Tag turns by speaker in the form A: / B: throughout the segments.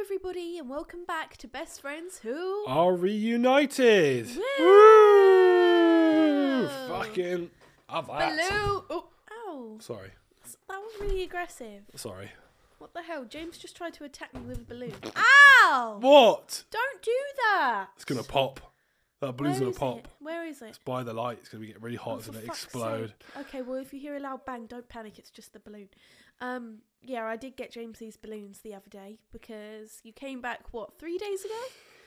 A: everybody, and welcome back to Best Friends Who.
B: are reunited.
A: Woo!
B: Woo! Fucking have that.
A: Hello! Oh, ow!
B: Sorry,
A: That was really aggressive.
B: sorry.
A: What the hell? James just tried to attack me with a balloon. Ow!
B: What?
A: Don't do that!
B: It's gonna pop. That balloon's
A: Where is
B: gonna pop.
A: it? Where is it?
B: It's by the light. It's gonna be getting really hot.
A: Oh,
B: it's
A: for
B: gonna
A: fuck's
B: explode.
A: sake. Okay, well, if you hear a loud bang, don't panic. It's just the balloon. Um, yeah, I did get James these balloons the other day because you came back what three days ago.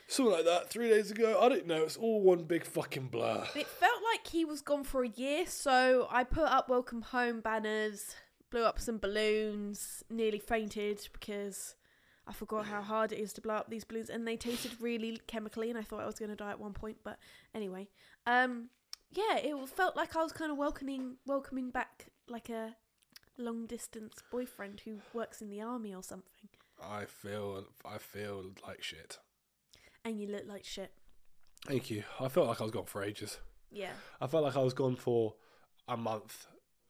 B: Something like that. Three days ago, I didn't know. It's all one big fucking blur.
A: It felt like he was gone for a year, so I put up welcome home banners, blew up some balloons, nearly fainted because I forgot how hard it is to blow up these balloons, and they tasted really chemically, and I thought I was going to die at one point. But anyway, um, yeah, it felt like I was kind of welcoming, welcoming back like a long distance boyfriend who works in the army or something,
B: I feel. I feel like shit.
A: and you look like shit.
B: Thank you. I felt like I was gone for ages.
A: Yeah,
B: I felt like I was gone for a month,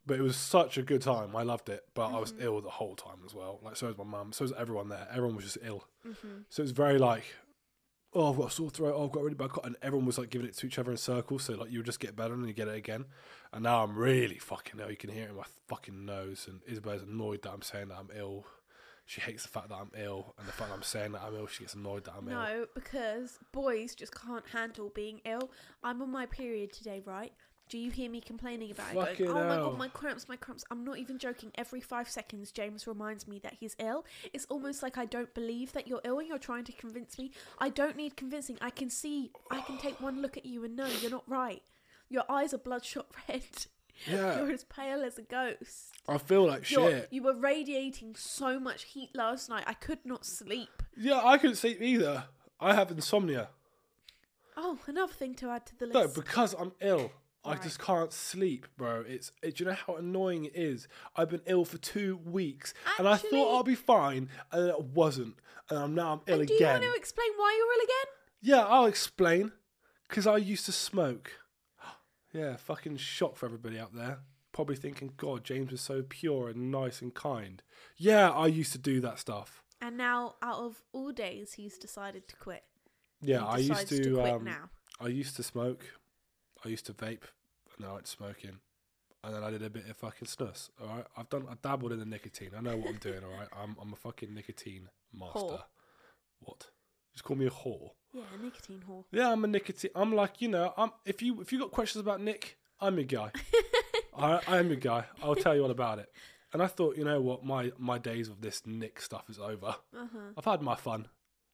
B: but it was such a good time. I loved it, but I
A: Mm-hmm.
B: was ill the whole time as well. Like so was my mum, so was everyone there. Everyone was just ill,
A: mm-hmm.
B: so it was very like, oh, I've got a sore throat. Oh, I've got a really bad cough, and everyone was like giving it to each other in circles. So like you would just get better and you get it again. And now I'm really fucking ill. You can hear it in my fucking nose. And Isabel's annoyed that I'm saying that I'm ill. She hates the fact that I'm ill, and the fact that I'm saying that I'm ill, she gets annoyed that I'm ill.
A: No, because boys just can't handle being ill. I'm on my period today, right? Do you hear me complaining about it?
B: Fucking
A: oh my
B: hell.
A: god, my cramps, my cramps. I'm not even joking. Every five seconds, James reminds me that he's ill. It's almost like I don't believe that you're ill and you're trying to convince me. I don't need convincing. I can see, I can take one look at you and know you're not right. Your eyes are bloodshot red.
B: Yeah.
A: You're as pale as a ghost.
B: I feel like
A: You're,
B: shit.
A: you were radiating so much heat last night. I could not sleep.
B: Yeah, I couldn't sleep either. I have insomnia.
A: Oh, another thing to add to the list.
B: No, because I'm ill. I
A: Right.
B: just can't sleep, bro. It's it, do you know how annoying it is? I've been ill for two weeks, and I
A: Actually-
B: thought I'll be fine, and it wasn't, and I'm now I'm ill
A: Do you
B: again.
A: want to explain why you're ill again?
B: Yeah, I'll explain. Cause I used to smoke. yeah, fucking shock for everybody out there. Probably thinking, God, James is so pure and nice and kind. Yeah, I used to do that stuff.
A: And now, out of all days, he's decided to quit.
B: Yeah, I
A: He
B: used
A: decides
B: to.
A: quit
B: um,
A: now.
B: I used to smoke. I used to vape. And now it's smoking. And then I did a bit of fucking snus. All right, I've done. I dabbled in the nicotine. I know what I'm doing. All right, I'm I'm a fucking nicotine master.
A: Whore.
B: What? Just call me a whore.
A: Yeah, nicotine whore.
B: Yeah, I'm a nicotine. I'm like you know. I'm if you if you got questions about Nick, I'm your guy. all right, I am your guy. I'll tell you all about it. And I thought, you know what, my my days of this Nick stuff is over.
A: Uh huh.
B: I've had my fun.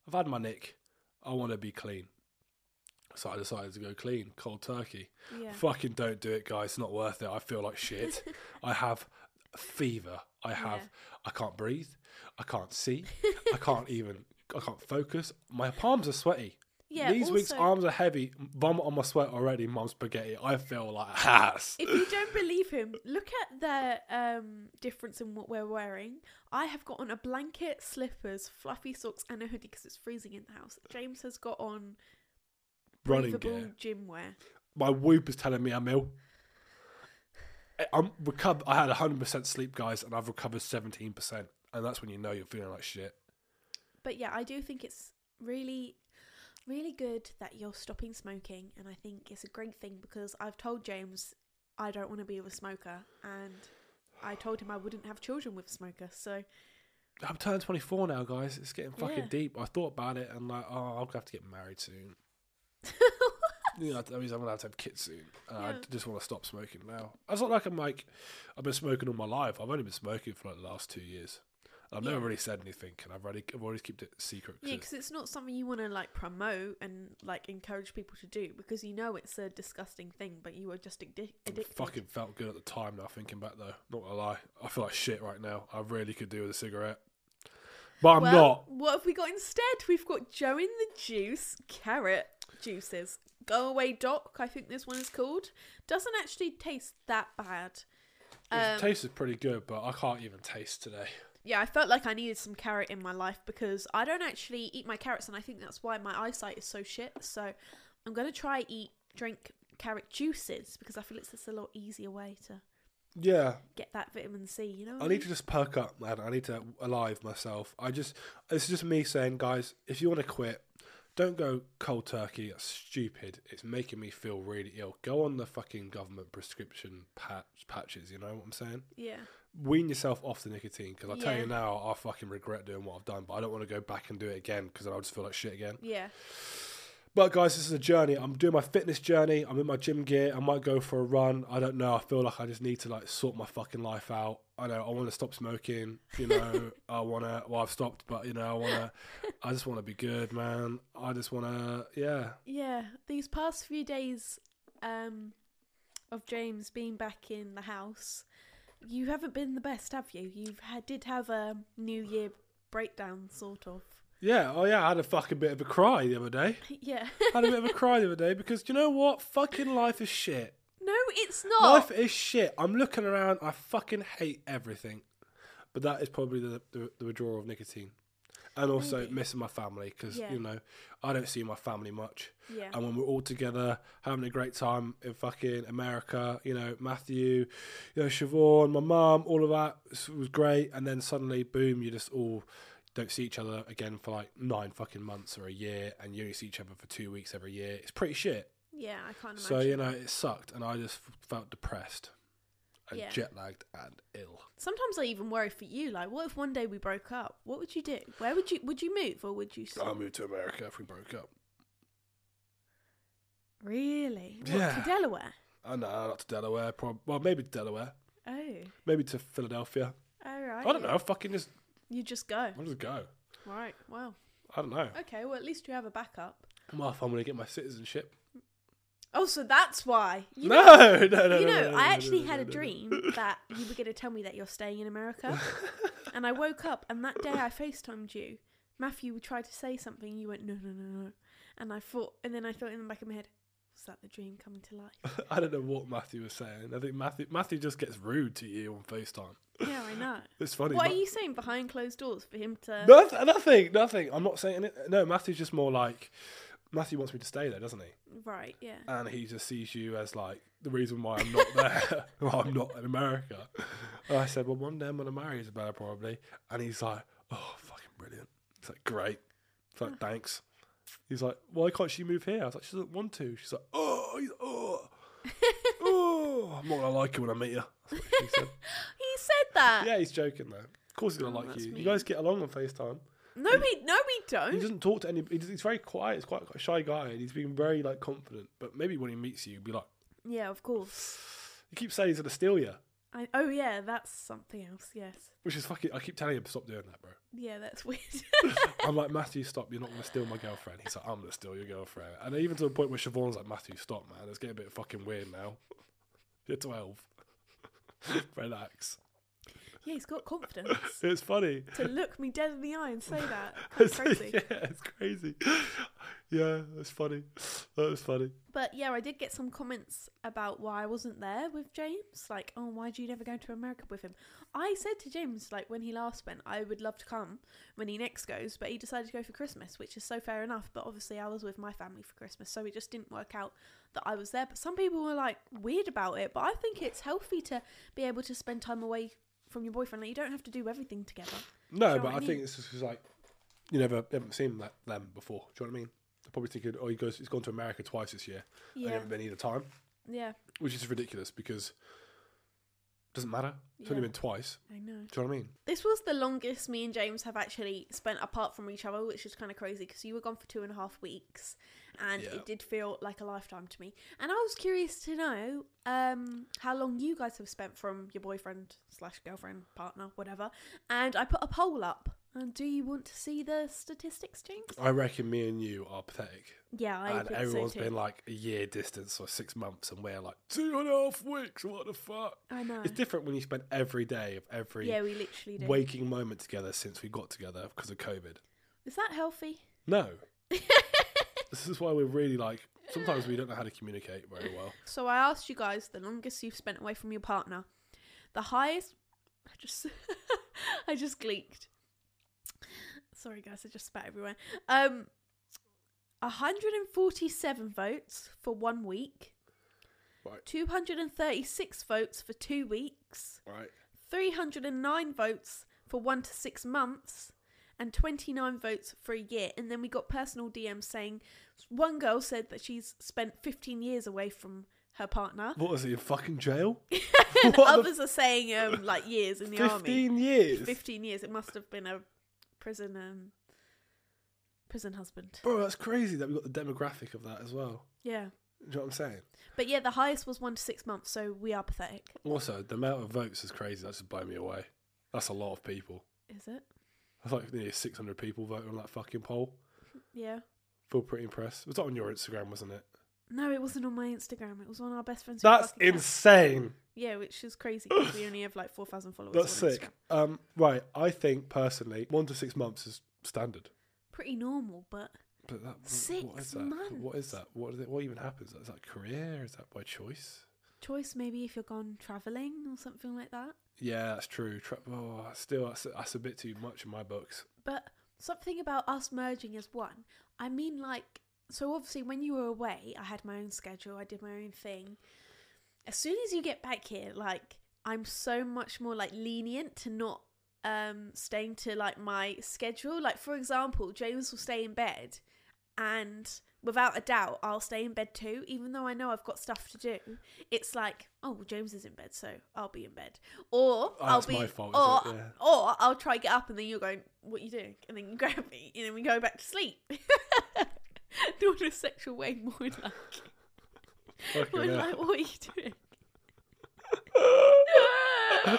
B: I've had my nick. I want to be clean. So I decided to go clean, cold turkey.
A: Yeah.
B: Fucking don't do it, guys. It's not worth it. I feel like shit. I have fever. I have. I can't breathe. I can't see. I can't even. I can't focus. My palms are sweaty.
A: Yeah.
B: These weeks'
A: also,
B: arms are heavy. Vomit on my sweat already. Mum's spaghetti. I feel like ass.
A: if you don't believe him, look at the um, difference in what we're wearing. I have got on a blanket, slippers, fluffy socks, and a hoodie because it's freezing in the house. James has got on
B: Running
A: breathable
B: gear.
A: gym wear.
B: my whoop is telling me I'm ill. I- I'm recover. I had 100% sleep, guys, and I've recovered 17%, and that's when you know you're feeling like shit.
A: But yeah, I do think it's really, really good that you're stopping smoking, and I think it's a great thing because I've told James I don't want to be a smoker, and I told him I wouldn't have children with a smoker. So
B: I'm turning 24 now, guys. It's getting fucking
A: Yeah.
B: deep. I thought about it, and like, oh, I'll have to get married soon. You know, that means I'm gonna have to have kids soon. And I
A: Yeah.
B: just want to stop smoking now. It's not like I'm like I've been smoking all my life. I've only been smoking for like the last two years. I've never
A: Yeah.
B: really said anything, and I've already I've always kept it secret. 'cause
A: yeah,
B: it's-
A: because it's not something you want to like promote and like encourage people to do because you know it's a disgusting thing, but you are just addic- addicted.
B: Fucking felt good at the time. Now thinking back though, not gonna lie, I feel like shit right now. I really could do with a cigarette, but I'm
A: well,
B: not.
A: What have we got instead? We've got Joe in the Juice carrot juices. Go away, Doc. I think this one is called. Doesn't actually taste that bad.
B: It
A: Um,
B: tasted pretty good, but I can't even taste today.
A: yeah, I felt like I needed some carrot in my life because I don't actually eat my carrots, and I think that's why my eyesight is so shit. So I'm gonna try eat drink carrot juices because I feel it's just a lot easier way to.
B: yeah,
A: get that vitamin C, you know? what
B: I need to just perk up, man. I need to alive myself. I just it's just me saying, guys, if you want to quit, don't go cold turkey. That's stupid. It's making me feel really ill. Go on the fucking government prescription patch, patches. You know what I'm saying?
A: Yeah.
B: Wean yourself off the nicotine because I tell
A: Yeah.
B: you now, I fucking regret doing what I've done. But I don't want to go back and do it again because I'll just feel like shit again.
A: Yeah.
B: But guys, this is a journey. I'm doing my fitness journey. I'm in my gym gear. I might go for a run. I don't know. I feel like I just need to like sort my fucking life out. I know. I want to stop smoking. You know. I want to. Well, I've stopped, but you know, I want to. I just want to be good, man. I just want to. Yeah.
A: Yeah. These past few days um of James being back in the house, you haven't been the best, have you? You had, did have a New Year breakdown, sort of.
B: Yeah. Oh yeah. I had a fucking bit of a cry the other day.
A: Yeah.
B: I had a bit of a cry the other day because you know what? Fucking life is shit.
A: no, it's not.
B: Life is shit. I'm looking around. I fucking hate everything. But that is probably the the, the withdrawal of nicotine, and also
A: Maybe.
B: missing my family because
A: Yeah.
B: you know I don't see my family much.
A: Yeah.
B: And when we're all together having a great time in fucking America, you know Matthew, you know Siobhan, my mum, all of that s- was great. And then suddenly, boom, you just all don't see each other again for like nine fucking months or a year, and you only see each other for two weeks every year. It's pretty shit.
A: Yeah, I can't imagine.
B: So you know, it sucked, and I just f- felt depressed, and
A: Yeah.
B: jet lagged, and ill.
A: Sometimes I even worry for you. Like, what if one day we broke up? What would you do? Where would you would you move or would you? s-
B: I moved to America if we broke up.
A: Really? What,
B: Yeah.
A: To Delaware.
B: Oh no, not to Delaware. Prob- well, maybe to Delaware,
A: Oh.
B: maybe to Philadelphia.
A: All right.
B: I don't know. Fucking just,
A: You just go.
B: I'll just go.
A: Right. Wow.
B: I don't know.
A: Okay. Well, at least you have a backup.
B: Well, if I'm gonna get my citizenship.
A: Oh, so that's why. You
B: no,
A: Know,
B: no, no, no.
A: you
B: no,
A: know,
B: no, no,
A: I
B: no,
A: actually
B: no,
A: had a
B: no, no.
A: dream that you were going to tell me that you're staying in America, and I woke up, and that day I FaceTimed you. Matthew tried to say something, you went no, no, no, no, and I thought, and then I thought in the back of my head, was that the dream coming to life?
B: I don't know what Matthew was saying. I think Matthew Matthew just gets rude to you on FaceTime.
A: yeah, I know.
B: It's funny.
A: What
B: Ma-
A: are you saying behind closed doors for him to?
B: No, th- nothing, nothing. I'm not saying it. No, Matthew's just more like Matthew wants me to stay there, doesn't he?
A: Right, yeah.
B: And he just sees you as like the reason why I'm not there, why I'm not in America. And I said, well, one day I'm gonna marry Isabella probably. And he's like, oh, fucking brilliant. It's like great. It's like thanks. He's like, why can't she move here? I was like, she doesn't want to. She's like, oh, he's, oh, oh, I'm not gonna like you when I meet you. That's what she said.
A: He said that.
B: yeah, he's joking though. Of course he's gonna
A: Uh, Oh,
B: like
A: that's
B: you.
A: mean.
B: You guys get along on Facetime.
A: No, we no, we
B: He
A: don't.
B: doesn't talk to any. He's, he's very quiet. He's quite, quite a shy guy, and he's being very like confident. But maybe when he meets you, he'll be like,
A: Yeah, of course.
B: "You keep saying he's gonna steal you,"
A: I, oh yeah, that's something else. Yes.
B: which is fucking. I keep telling him, "Stop doing that, bro."
A: Yeah, that's weird.
B: I'm like, "Matthew, stop! You're not gonna steal my girlfriend." He's like, "I'm gonna steal your girlfriend," and even to the point where Siobhan's like, "Matthew, stop, man! It's getting a bit fucking weird now. You're 12. Relax."
A: yeah, he's got confidence
B: It's funny.
A: to look me dead in the eye and say that. Kind
B: It's
A: of crazy.
B: yeah, it's crazy. Yeah, it's funny. That was funny.
A: But yeah, I did get some comments about why I wasn't there with James. Like, oh, why do you never go to America with him? I said to James, like, when he last went, I would love to come when he next goes, but he decided to go for Christmas, which is so fair enough. But obviously, I was with my family for Christmas, so it just didn't work out that I was there. But some people were like weird about it, but I think it's healthy to be able to spend time away from your boyfriend. Like, you don't have to do everything together. Do
B: No,
A: you know
B: but
A: what
B: I,
A: I mean?
B: think it's just 'cause, like you never haven't seen that, them before. Do you know what I mean? They're probably thinking, oh, he goes, he's gone to America twice this year. and
A: Yeah,
B: haven't been either time,
A: yeah,
B: which is ridiculous because it doesn't matter. It's only
A: Yeah.
B: been twice.
A: I know.
B: Do you know what I mean?
A: This was the longest me and James have actually spent apart from each other, which is kind of crazy because you were gone for two and a half weeks, and
B: Yeah.
A: it did feel like a lifetime to me. And I was curious to know um, how long you guys have spent from your boyfriend slash girlfriend partner, whatever. And I put a poll up. And do you want to see the statistics, James?
B: I reckon me and you are pathetic,
A: Yeah, I
B: and
A: think
B: everyone's
A: so too.
B: been like a year distance or six months, and we're like two and a half weeks. What the fuck?
A: I know.
B: It's different when you spend every day of every
A: Yeah, we literally do.
B: waking moment together since we got together because of COVID.
A: Is that healthy?
B: No. this is why we're really like sometimes we don't know how to communicate very well.
A: So I asked you guys the longest you've spent away from your partner. The highest I just I just gleeked. Sorry guys, I just spat everywhere. Um 147 votes for one week.
B: Right.
A: 236 votes for two weeks,
B: Right.
A: 309 votes for one to six months, and 29 votes for a year. And then we got personal DMs saying one girl said that she's spent 15 years away from her partner.
B: What was he in fucking jail?
A: and
B: what the
A: others are saying um, like years in the army.
B: fifteen years,
A: 15 years. It must have been a prison um, prison husband.
B: bro. That's crazy that we got the demographic of that as well.
A: Yeah.
B: Do you know what I'm saying?
A: But yeah, the highest was one to six months, so we are pathetic.
B: Also, the amount of votes is crazy. That just blew me away. That's a lot of people.
A: Is it?
B: That's like nearly 600 people voted on that fucking poll.
A: Yeah.
B: Feel pretty impressed. It was on your Instagram, wasn't it?
A: No, it wasn't on my Instagram. It was on our best friends. with
B: That's
A: fucking cats.
B: insane.
A: Yeah, which is crazy because we only have like four thousand followers.
B: That's
A: Oh, on
B: sick.
A: Instagram.
B: Um, right, I think personally, one to six months is standard.
A: Pretty normal, but
B: But that, what is
A: Six
B: that? What is
A: months.
B: that? What, is it, what even happens? Is that career? Is that by choice?
A: choice maybe if you're gone traveling or something like that.
B: Yeah, that's true. Tra- oh, still, that's, that's a bit too much in my books.
A: But something about us merging as one. I mean, like, so obviously when you were away, I had my own schedule, I did my own thing. As soon as you get back here, like, I'm so much more like lenient to not um staying to like my schedule. Like, for example, James will stay in bed, and without a doubt, I'll stay in bed too, even though I know I've got stuff to do. It's like, oh, well, James is in bed, so I'll be in bed, or I'll
B: Oh, that's
A: be,
B: my fault, is
A: or
B: it? Yeah.
A: or I'll try get up and then you're going, What you doing? And then you grab me and then we go back to sleep. Not in a sexual way, more like
B: Fucking
A: more
B: hell.
A: like what are you doing?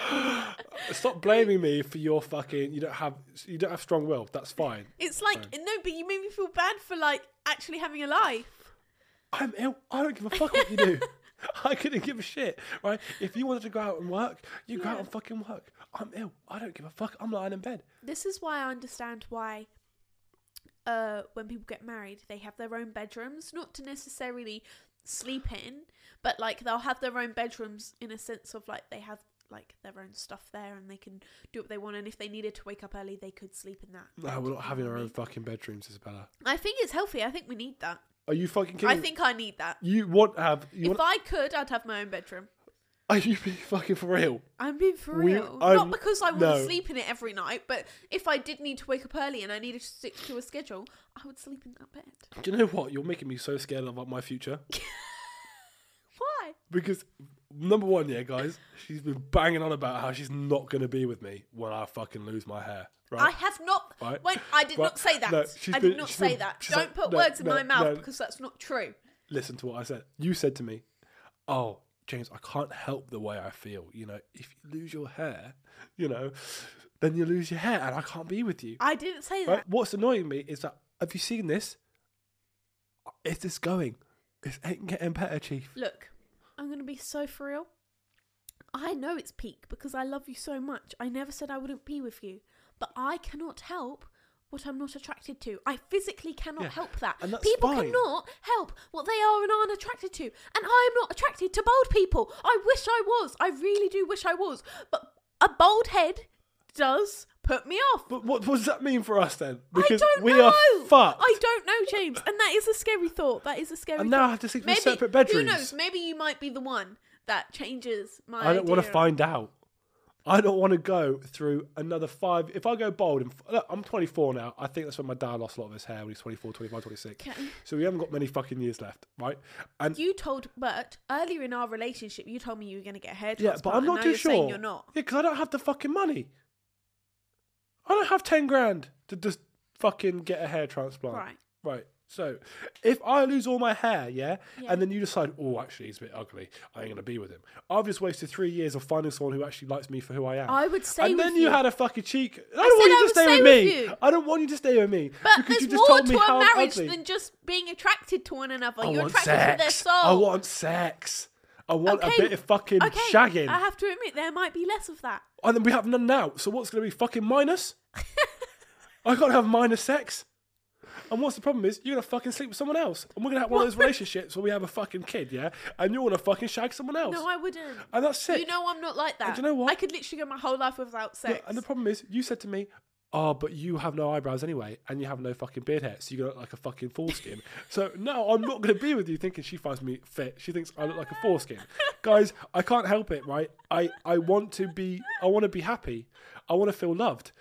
B: Stop blaming me for your fucking. You don't have. You don't have strong will. That's fine.
A: It's like no, but you made me feel bad for like actually having a life.
B: I'm ill. I don't give a fuck what you do. I couldn't give a shit, right? If you wanted to go out and work, you go out
A: Yeah.
B: and fucking work. I'm ill. I don't give a fuck. I'm lying in bed.
A: This is why I understand why uh when people get married, they have their own bedrooms, not to necessarily sleep in, but like they'll have their own bedrooms in a sense of like they have like their own stuff there and they can do what they want and if they needed to wake up early they could sleep in that.
B: No, we're not having our own fucking bedrooms, Isabella.
A: I think it's healthy. I think we need that.
B: Are you fucking kidding?
A: I
B: me?
A: think I need that.
B: you want to have. You
A: If
B: want,
A: I could, I'd have my own bedroom.
B: are you being fucking for real?
A: I'm being for
B: We-
A: real.
B: I'm-
A: Not because I want
B: no.
A: to sleep in it every night, but if I did need to wake up early and I needed to stick to a schedule, I would sleep in that bed.
B: Do you know what? You're making me so scared about my future
A: Why?
B: because number one, yeah, guys, she's been banging on about how she's not going to be with me when I fucking lose my hair. Right?
A: I have not.
B: Right.
A: When I did
B: Right.
A: not say that.
B: No, she's
A: I
B: been-
A: did not
B: she's
A: say
B: been-
A: that.
B: she's
A: Don't
B: like,
A: put
B: no,
A: words in
B: no,
A: my mouth
B: no.
A: because that's not true.
B: listen to what I said. You said to me, "Oh, James, I can't help the way I feel. You know, if you lose your hair, you know, then you lose your hair, and I can't be with you."
A: I didn't say that.
B: Right? What's annoying me is that have you seen this? Is this going? This ain't getting better, Chief.
A: Look, I'm going to be so for real. I know it's peak because I love you so much. I never said I wouldn't be with you, but I cannot help what I'm not attracted to. I physically cannot
B: Yeah,
A: help that.
B: and that's
A: people
B: fine.
A: cannot help what they are and aren't attracted to. And I am not attracted to bald people. I wish I was. I really do wish I was. But a bald head does put me off.
B: But what, what does that mean for us then?
A: I don't
B: we
A: know.
B: are fucked.
A: I don't know, James. And that is a scary thought. That is a scary
B: and now I
A: thought.
B: have to sleep
A: Maybe
B: in separate
A: who
B: bedrooms.
A: knows? Maybe you might be the one that changes my.
B: I don't want to
A: idea.
B: find out. I don't want to go through another five. If I go bold, and look, I'm 24 now. I think that's when my dad lost a lot of his hair when he's 24, 25, 26.
A: Okay.
B: So we haven't got many fucking years left, right? And
A: You told Bert earlier in our relationship. You told me you were going to get a hair
B: yeah,
A: transplant.
B: but I'm
A: and
B: not
A: now
B: too
A: you're
B: sure.
A: saying You're not.
B: Yeah, because I don't have the fucking money. I don't have 10 grand to just fucking get a hair transplant.
A: Right.
B: Right. So if I lose all my hair, yeah,
A: Yeah.
B: and then you decide, oh, actually, he's a bit ugly. I ain't going to be with him. I've just wasted three years of finding someone who actually likes me for who I am.
A: I would say.
B: and then
A: with
B: you,
A: you,
B: had a fucking cheek. I don't want
A: said
B: you
A: I
B: to
A: would
B: stay
A: stay
B: with
A: with
B: me.
A: you.
B: I don't want you to stay with me.
A: But
B: because you
A: there's more
B: just told me
A: to
B: how
A: a marriage
B: ugly.
A: than just being attracted to one another.
B: I
A: you're
B: want
A: attracted to their
B: sex.
A: soul.
B: I want sex. I want
A: Okay,
B: a bit of fucking
A: okay,
B: shagging.
A: I have to admit, there might be less of that.
B: and then we have none now. So what's going to be fucking minus? I can't have minus sex. And what's the problem is you're gonna fucking sleep with someone else, and we're gonna have one of those relationships where we have a fucking kid, yeah, and you're gonna fucking shag someone else,
A: No, I wouldn't.
B: and that's sick.
A: You know I'm not like that.
B: do you know what?
A: I could literally go my whole life without sex.
B: and the problem is, you said to me, oh, but you have no eyebrows anyway, and you have no fucking beard hair, so you look like a fucking foreskin. so no, I'm not going to be with you thinking she finds me fit. She thinks I look like a foreskin. Guys, I can't help it, right? I, I want to be, I want to be happy. I want to feel loved.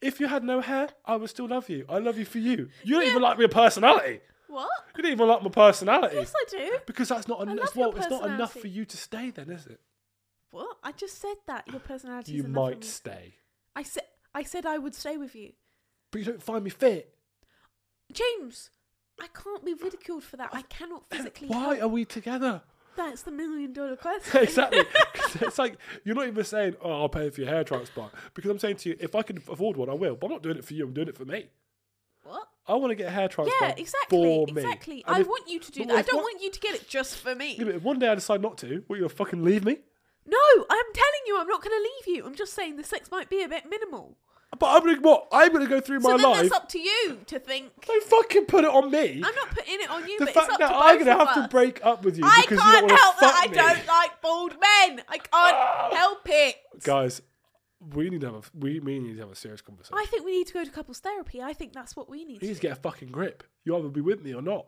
B: If you had no hair, I would still love you. I love you for you. You don't even like my personality.
A: What?
B: You don't even like my personality.
A: Yes, I do.
B: Because that's not, en-
A: love
B: that's
A: your
B: what, it's not enough for
A: personality.
B: you to stay then, is it?
A: What? I just said that your personality.
B: You
A: is enough for
B: might
A: me.
B: stay.
A: I said. I said I would stay with you,
B: But you don't find me fit.
A: James. I can't be ridiculed for that. I cannot physically.
B: Why
A: help-
B: are we together?
A: That's the million dollar question.
B: exactly. 'Cause it's like you're not even saying, "Oh, I'll pay for your hair transplant," because I'm saying to you, if I can afford one, I will. But I'm not doing it for you. I'm doing it for me.
A: What?
B: I want to get a hair
A: Yeah,
B: transplant
A: exactly.
B: for me.
A: Exactly.
B: And
A: I
B: if-
A: want you to do
B: but
A: that. I
B: if
A: don't
B: one-
A: want you to get it just for
B: Yeah,
A: me.
B: but if one day I decide not to, what you'll fucking leave me?
A: No, I'm telling you, I'm not going to leave you. I'm just saying the sex might be a bit minimal.
B: But I'm gonna what? I'm gonna go through
A: So
B: my
A: then
B: life.
A: that's up to you to think.
B: Don't fucking put it on me.
A: I'm not putting it on you,
B: the
A: but it's
B: fact
A: up
B: that
A: to
B: I'm
A: both
B: gonna
A: of
B: have
A: us.
B: to break up with you
A: I
B: because you
A: can't
B: don't want
A: help
B: to fuck
A: that. I
B: me. Ah.
A: don't like bald men. I can't help it.
B: Guys, we need to have a we, we need to have a serious conversation.
A: I think we need to go to couples therapy. I think that's what we need.
B: you
A: To
B: need
A: do.
B: to get a fucking grip. You either be with me or not.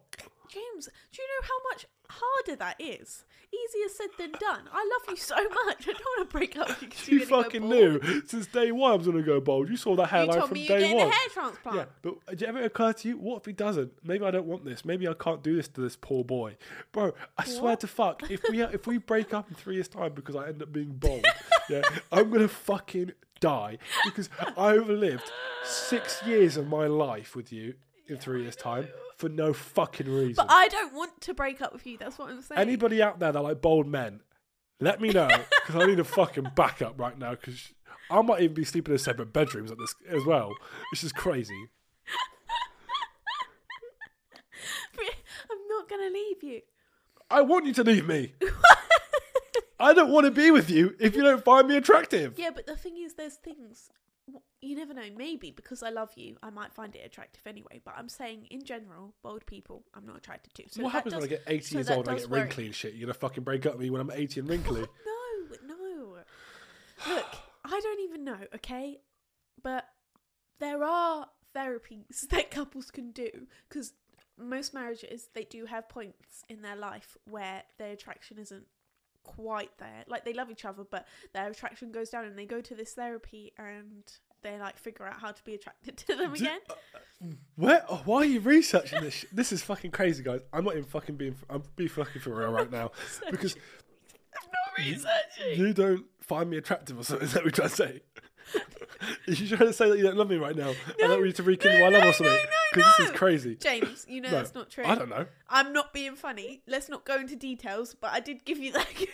A: James, do you know how much harder that is? Easier said than done. I love you so much. I don't want to break up with you because
B: You
A: you're gonna go
B: fucking
A: bald.
B: knew since day one I was gonna go bold. You saw that
A: You
B: hairline
A: told
B: from
A: me you're
B: day
A: getting
B: one.
A: a hair transplant.
B: Yeah, but uh, did it ever occur to you, what if he doesn't? Maybe I don't want this. Maybe I can't do this to this poor boy, bro. I swear to fuck, if we uh, if we break up in three years time because I end up being bald, yeah, I'm gonna fucking die because I've lived six years of my life with you in three years time for no fucking reason.
A: But I don't want to break up with you. That's what I'm saying.
B: Anybody out there that like bold men, let me know because I need a fucking backup right now because I might even be sleeping in separate bedrooms at this as well. This is crazy.
A: I'm not going to leave you.
B: I want you to leave me. I don't want to be with you if you don't find me attractive.
A: Yeah, but the thing is, there's things. w- You never know. Maybe because I love you, I might find it attractive anyway. But I'm saying, in general, bold people, I'm not attracted to. So
B: what
A: that
B: happens when I
A: does-
B: get 80
A: so
B: years
A: that
B: old and I
A: does
B: get
A: worry.
B: wrinkly and shit? You're going to fucking break up with me when I'm 80 and wrinkly.
A: No, no. Look, I don't even know, okay? But there are therapies that couples can do because most marriages they do have points in their life where their attraction isn't quite there. Like they love each other, but their attraction goes down, and they go to this therapy and they like figure out how to be attracted to them
B: Do- uh,
A: again.
B: Where? oh, why are you researching this? Sh- this is fucking crazy, guys. I'm not even fucking being. I'm being fucking for real right now because
A: I'm not researching.
B: you don't find me attractive or something. Is that what you're trying to say? Are you trying to say that you don't love me right now and that we need to rekindle
A: no,
B: our love
A: no,
B: or something?
A: no, no,
B: this is
A: no.
B: crazy.
A: James, you know
B: No,
A: that's not true.
B: I don't know.
A: I'm not being funny. Let's not go into details, but I did give you that. good-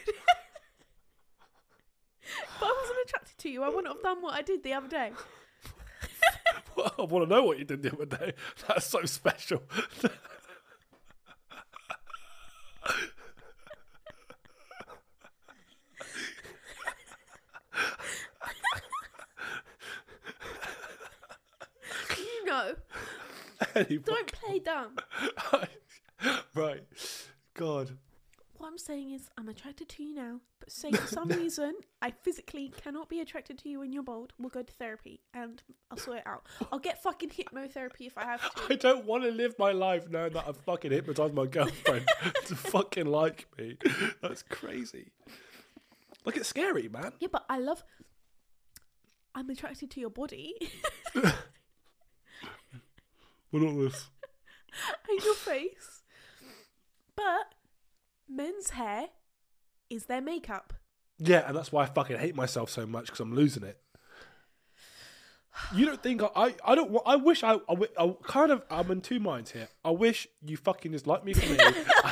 A: but I wasn't attracted to you. I wouldn't have done what I did the other day.
B: I want to know what you did the other day. That's so special.
A: You know,
B: Anyway.
A: don't play dumb.
B: right. God.
A: What I'm saying is, I'm attracted to you now, but say for some reason I physically cannot be attracted to you when you're bald, we'll go to therapy and I'll sort it out. I'll get fucking hypnotherapy if I have to.
B: I don't want to live my life knowing that I've fucking hypnotized my girlfriend to fucking like me. That's crazy. Like, it's scary, man.
A: Yeah, but I love. I'm attracted to your body
B: We're not this.
A: and your face, but men's hair is their makeup.
B: Yeah, and that's why I fucking hate myself so much because I'm losing it. You don't think I? I, I don't. wa- I wish I, I. wi- I kind of. I'm in two minds here. I wish you fucking just like me for me,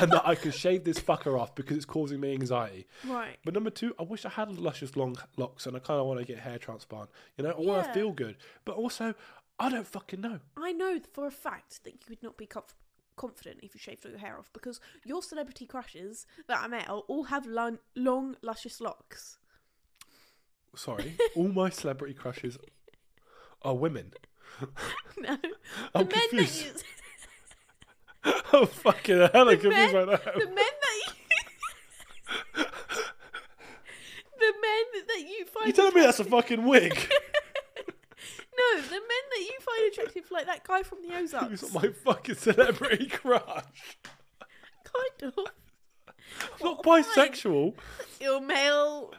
B: and that I can shave this fucker off because it's causing me anxiety.
A: Right.
B: But number two, I wish I had luscious long locks, and I kind of want to get hair transplant. You know, I want to
A: Yeah.
B: feel good, but also I don't fucking know.
A: I know for a fact that you would not be comf- confident if you shaved all your hair off because your celebrity crushes that I met all have lon- long, luscious locks.
B: Sorry, all my celebrity crushes are women.
A: no, the
B: I'm confused.
A: men that
B: I'm fucking hell, I'm
A: you, the
B: confused
A: men,
B: right now.
A: the men that you, the men that you find
B: You telling me that's a fucking wig?
A: no, the men quite attractive, like that guy from the
B: He was
A: Ozarks.
B: my fucking celebrity crush.
A: Kind of.
B: Not
A: Well, fine.
B: bisexual.
A: Your male,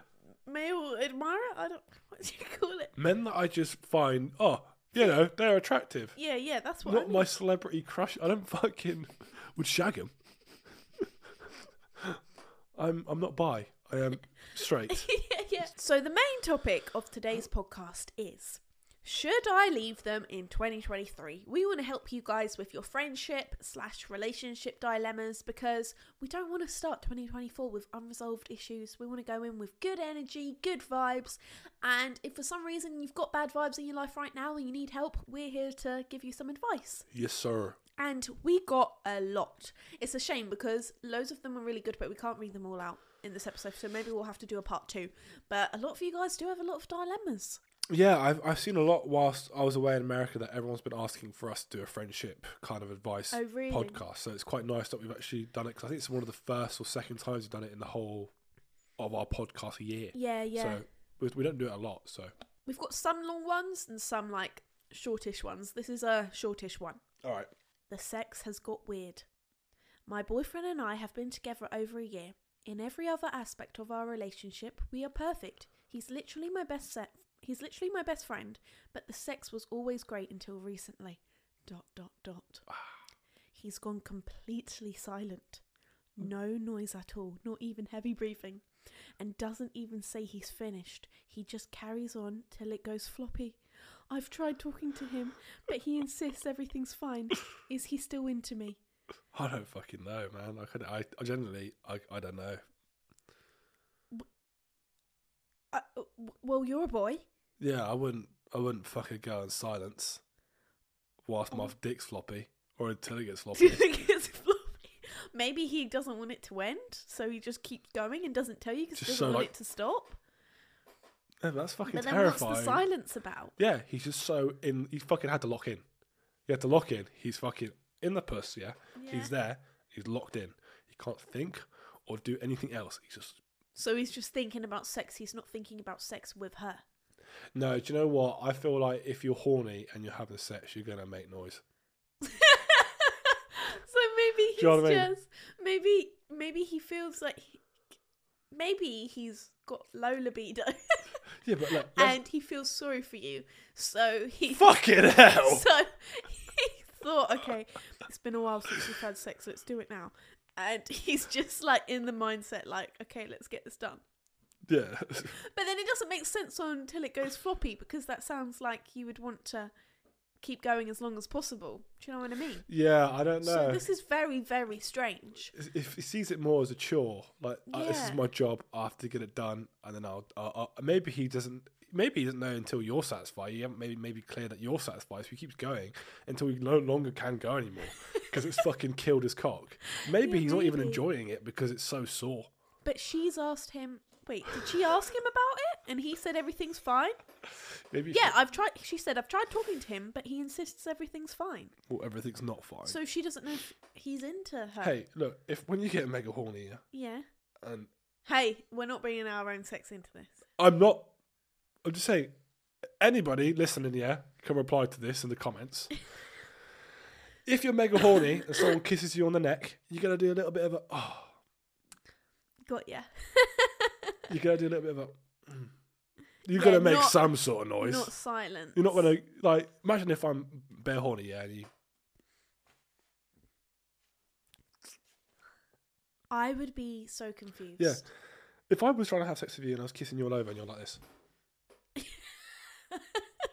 A: male admirer. I don't. What do you call it?
B: Men that I just find, oh, you know, they're attractive.
A: Yeah, yeah, that's what. I
B: Not
A: mean.
B: my celebrity crush. I don't fucking would shag him. I'm I'm not bi. I am straight.
A: yeah, yeah. So the main topic of today's podcast is should I leave them in 2023? We want to help you guys with your friendship slash relationship dilemmas because we don't want to start 2024 with unresolved issues. We want to go in with good energy, good vibes, and if for some reason you've got bad vibes in your life right now and you need help, we're here to give you some advice.
B: yes, sir.
A: And we got a lot. It's a shame because loads of them were really good, but we can't read them all out in this episode. So maybe we'll have to do a part two. But a lot of you guys do have a lot of dilemmas.
B: Yeah, I've I've seen a lot whilst I was away in America that everyone's been asking for us to do a friendship kind of advice
A: Oh, really?
B: podcast. So it's quite nice that we've actually done it because I think it's one of the first or second times we've done it in the whole of our podcast year.
A: Yeah, yeah.
B: So we, we don't do it a lot. So
A: We've got some long ones and some like shortish ones. This is a shortish one.
B: all right.
A: The sex has got weird. My boyfriend and I have been together over a year. In every other aspect of our relationship, we are perfect. He's literally my best set. He's literally my best friend, but the sex was always great until recently. Dot dot dot. He's gone completely silent. No noise at all, not even heavy breathing, and doesn't even say he's finished. He just carries on till it goes floppy. I've tried talking to him, but he insists everything's fine. Is he still into me?
B: I don't fucking know, man. I could I, I generally I, I don't know.
A: Uh, uh, w- well, you're a boy.
B: Yeah, I wouldn't. I wouldn't fuck a girl in silence whilst my dick's floppy or until it gets floppy.
A: It's floppy. Maybe he doesn't want it to end, so he just keeps going and doesn't tell you because he
B: Just
A: doesn't
B: so,
A: want
B: like,
A: it to stop.
B: yeah, that's fucking
A: But then
B: terrifying.
A: what's the silence about?
B: yeah, he's just so in. He fucking had to lock in. He had to lock in. He's fucking in the puss. Yeah,
A: Yeah.
B: he's there. He's locked in. He can't think or do anything else. He's just
A: So he's just thinking about sex. He's not thinking about sex with her.
B: no. Do you know what? I feel like if you're horny and you're having sex, you're gonna make noise.
A: so maybe he's
B: you know what I mean?
A: just maybe maybe he feels like he, maybe he's got low libido
B: Yeah, but look, let's-
A: and he feels sorry for you. So he
B: fucking hell.
A: so he thought, okay, it's been a while since we've had sex, let's do it now. And he's just like in the mindset, like, okay, let's get this done.
B: yeah,
A: But then it doesn't make sense until it goes floppy because that sounds like you would want to keep going as long as possible. Do you know what I mean?
B: yeah. I don't know.
A: So this is very, very strange.
B: if he sees it more as a chore, like uh, this is
A: Yeah.
B: my job, I have to get it done, and then I'll, I'll, i maybe he doesn't. Maybe he doesn't know until you're satisfied. You haven't maybe maybe clear that you're satisfied. So he keeps going until he no longer can go anymore because it's fucking killed his cock. Maybe
A: Yeah,
B: he's not even
A: maybe.
B: enjoying it because it's so sore.
A: But she's asked him. Wait, did she ask him about it? And he said everything's fine.
B: Maybe
A: Yeah, I've tried. She said I've tried talking to him, but he insists everything's fine.
B: well, everything's not fine.
A: So she doesn't know if he's into her.
B: hey, look, if when you get mega horny, yeah,
A: Yeah.
B: and
A: Hey, we're not bringing our own sex into this.
B: I'm not. I'm just saying. Anybody listening, yeah, can reply to this in the comments. if you're mega horny and someone kisses you on the neck, you're gonna do a little bit of a. Oh,
A: Got ya.
B: you're gonna do a little bit of a. mm. You're
A: Yeah,
B: gonna make
A: not-
B: some sort of noise.
A: Not silent.
B: You're not gonna like. Imagine if I'm bare horny, yeah, and you.
A: I would be so confused.
B: Yeah. If I was trying to have sex with you and I was kissing you all over and you're like this. that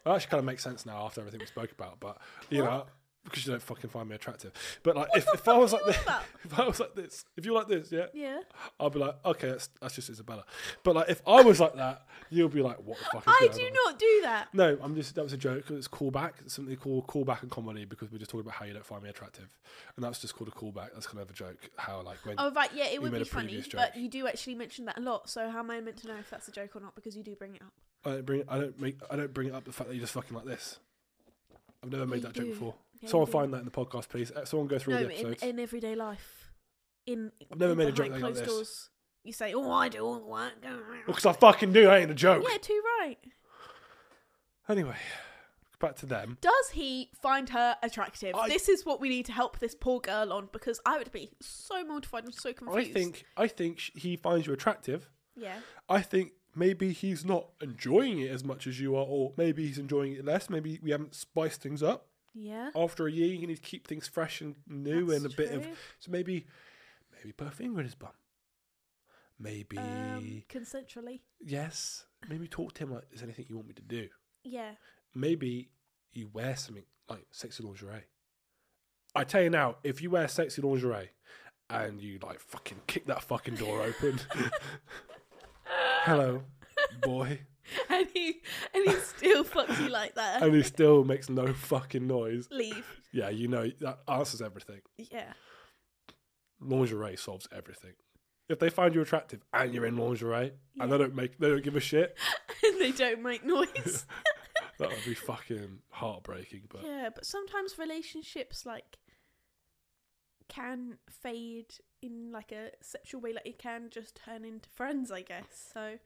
B: actually kind of makes sense now after everything we spoke about, but you know, because you don't fucking find me attractive. But like, if,
A: the
B: if I
A: fuck
B: was
A: are
B: like
A: you
B: this,
A: on about?
B: if I was like this, if you're like this, yeah,
A: Yeah.
B: I'll be like, okay, that's, that's just Isabella. But like, if I was like that, you'll be like, what the fuck? Is
A: I
B: going
A: do
B: on?
A: not do that.
B: No, I'm just that was a joke. It's callback. It's something called callback and comedy because we're just talking about how you don't find me attractive, and that's just called a callback. That's kind of a joke. How like when
A: Oh right, yeah, it would
B: made
A: be
B: a
A: funny,
B: previous
A: but
B: joke.
A: you do actually mention that a lot. So how am I meant to know if that's a joke or not? Because you do bring it up.
B: I don't bring I don't make I don't bring up the fact that you're just fucking like this. I've never made
A: you
B: that joke
A: do.
B: before.
A: Yeah,
B: Someone
A: you do.
B: find that in the podcast, please. Uh, Someone go through all
A: no,
B: the
A: in,
B: episodes.
A: in everyday life, in
B: I've never
A: in
B: made a
A: behind
B: joke like
A: closed
B: this.
A: doors, you say, "Oh, I do all the work."
B: Because I fucking do. That ain't a joke.
A: yeah, too right.
B: Anyway, back to them.
A: Does he find her attractive?
B: I-
A: this is what we need to help this poor girl on because I would be so mortified and so confused.
B: I think I think sh- he finds you attractive.
A: Yeah.
B: I think maybe he's not enjoying it as much as you are, or maybe he's enjoying it less. Maybe we haven't spiced things up.
A: Yeah.
B: After a year, you need to keep things fresh and new, and a
A: That's
B: bit of
A: true.
B: so maybe maybe put a finger in his bum. Maybe
A: Um, consensually.
B: yes. Maybe talk to him like, is there anything you want me to do?
A: Yeah.
B: Maybe you wear something like sexy lingerie. I tell you now, if you wear sexy lingerie and you like fucking kick that fucking door open, hello, boy.
A: and he and he still fucks you like that.
B: and he still makes no fucking noise.
A: Leave.
B: Yeah, you know that answers everything.
A: Yeah.
B: Lingerie solves everything. If they find you attractive and you're in lingerie and they don't make they don't give a shit,
A: and they don't make noise.
B: that would be fucking heartbreaking. But
A: yeah, but sometimes relationships like can fade in like a sexual way. Like it can just turn into friends, I guess. So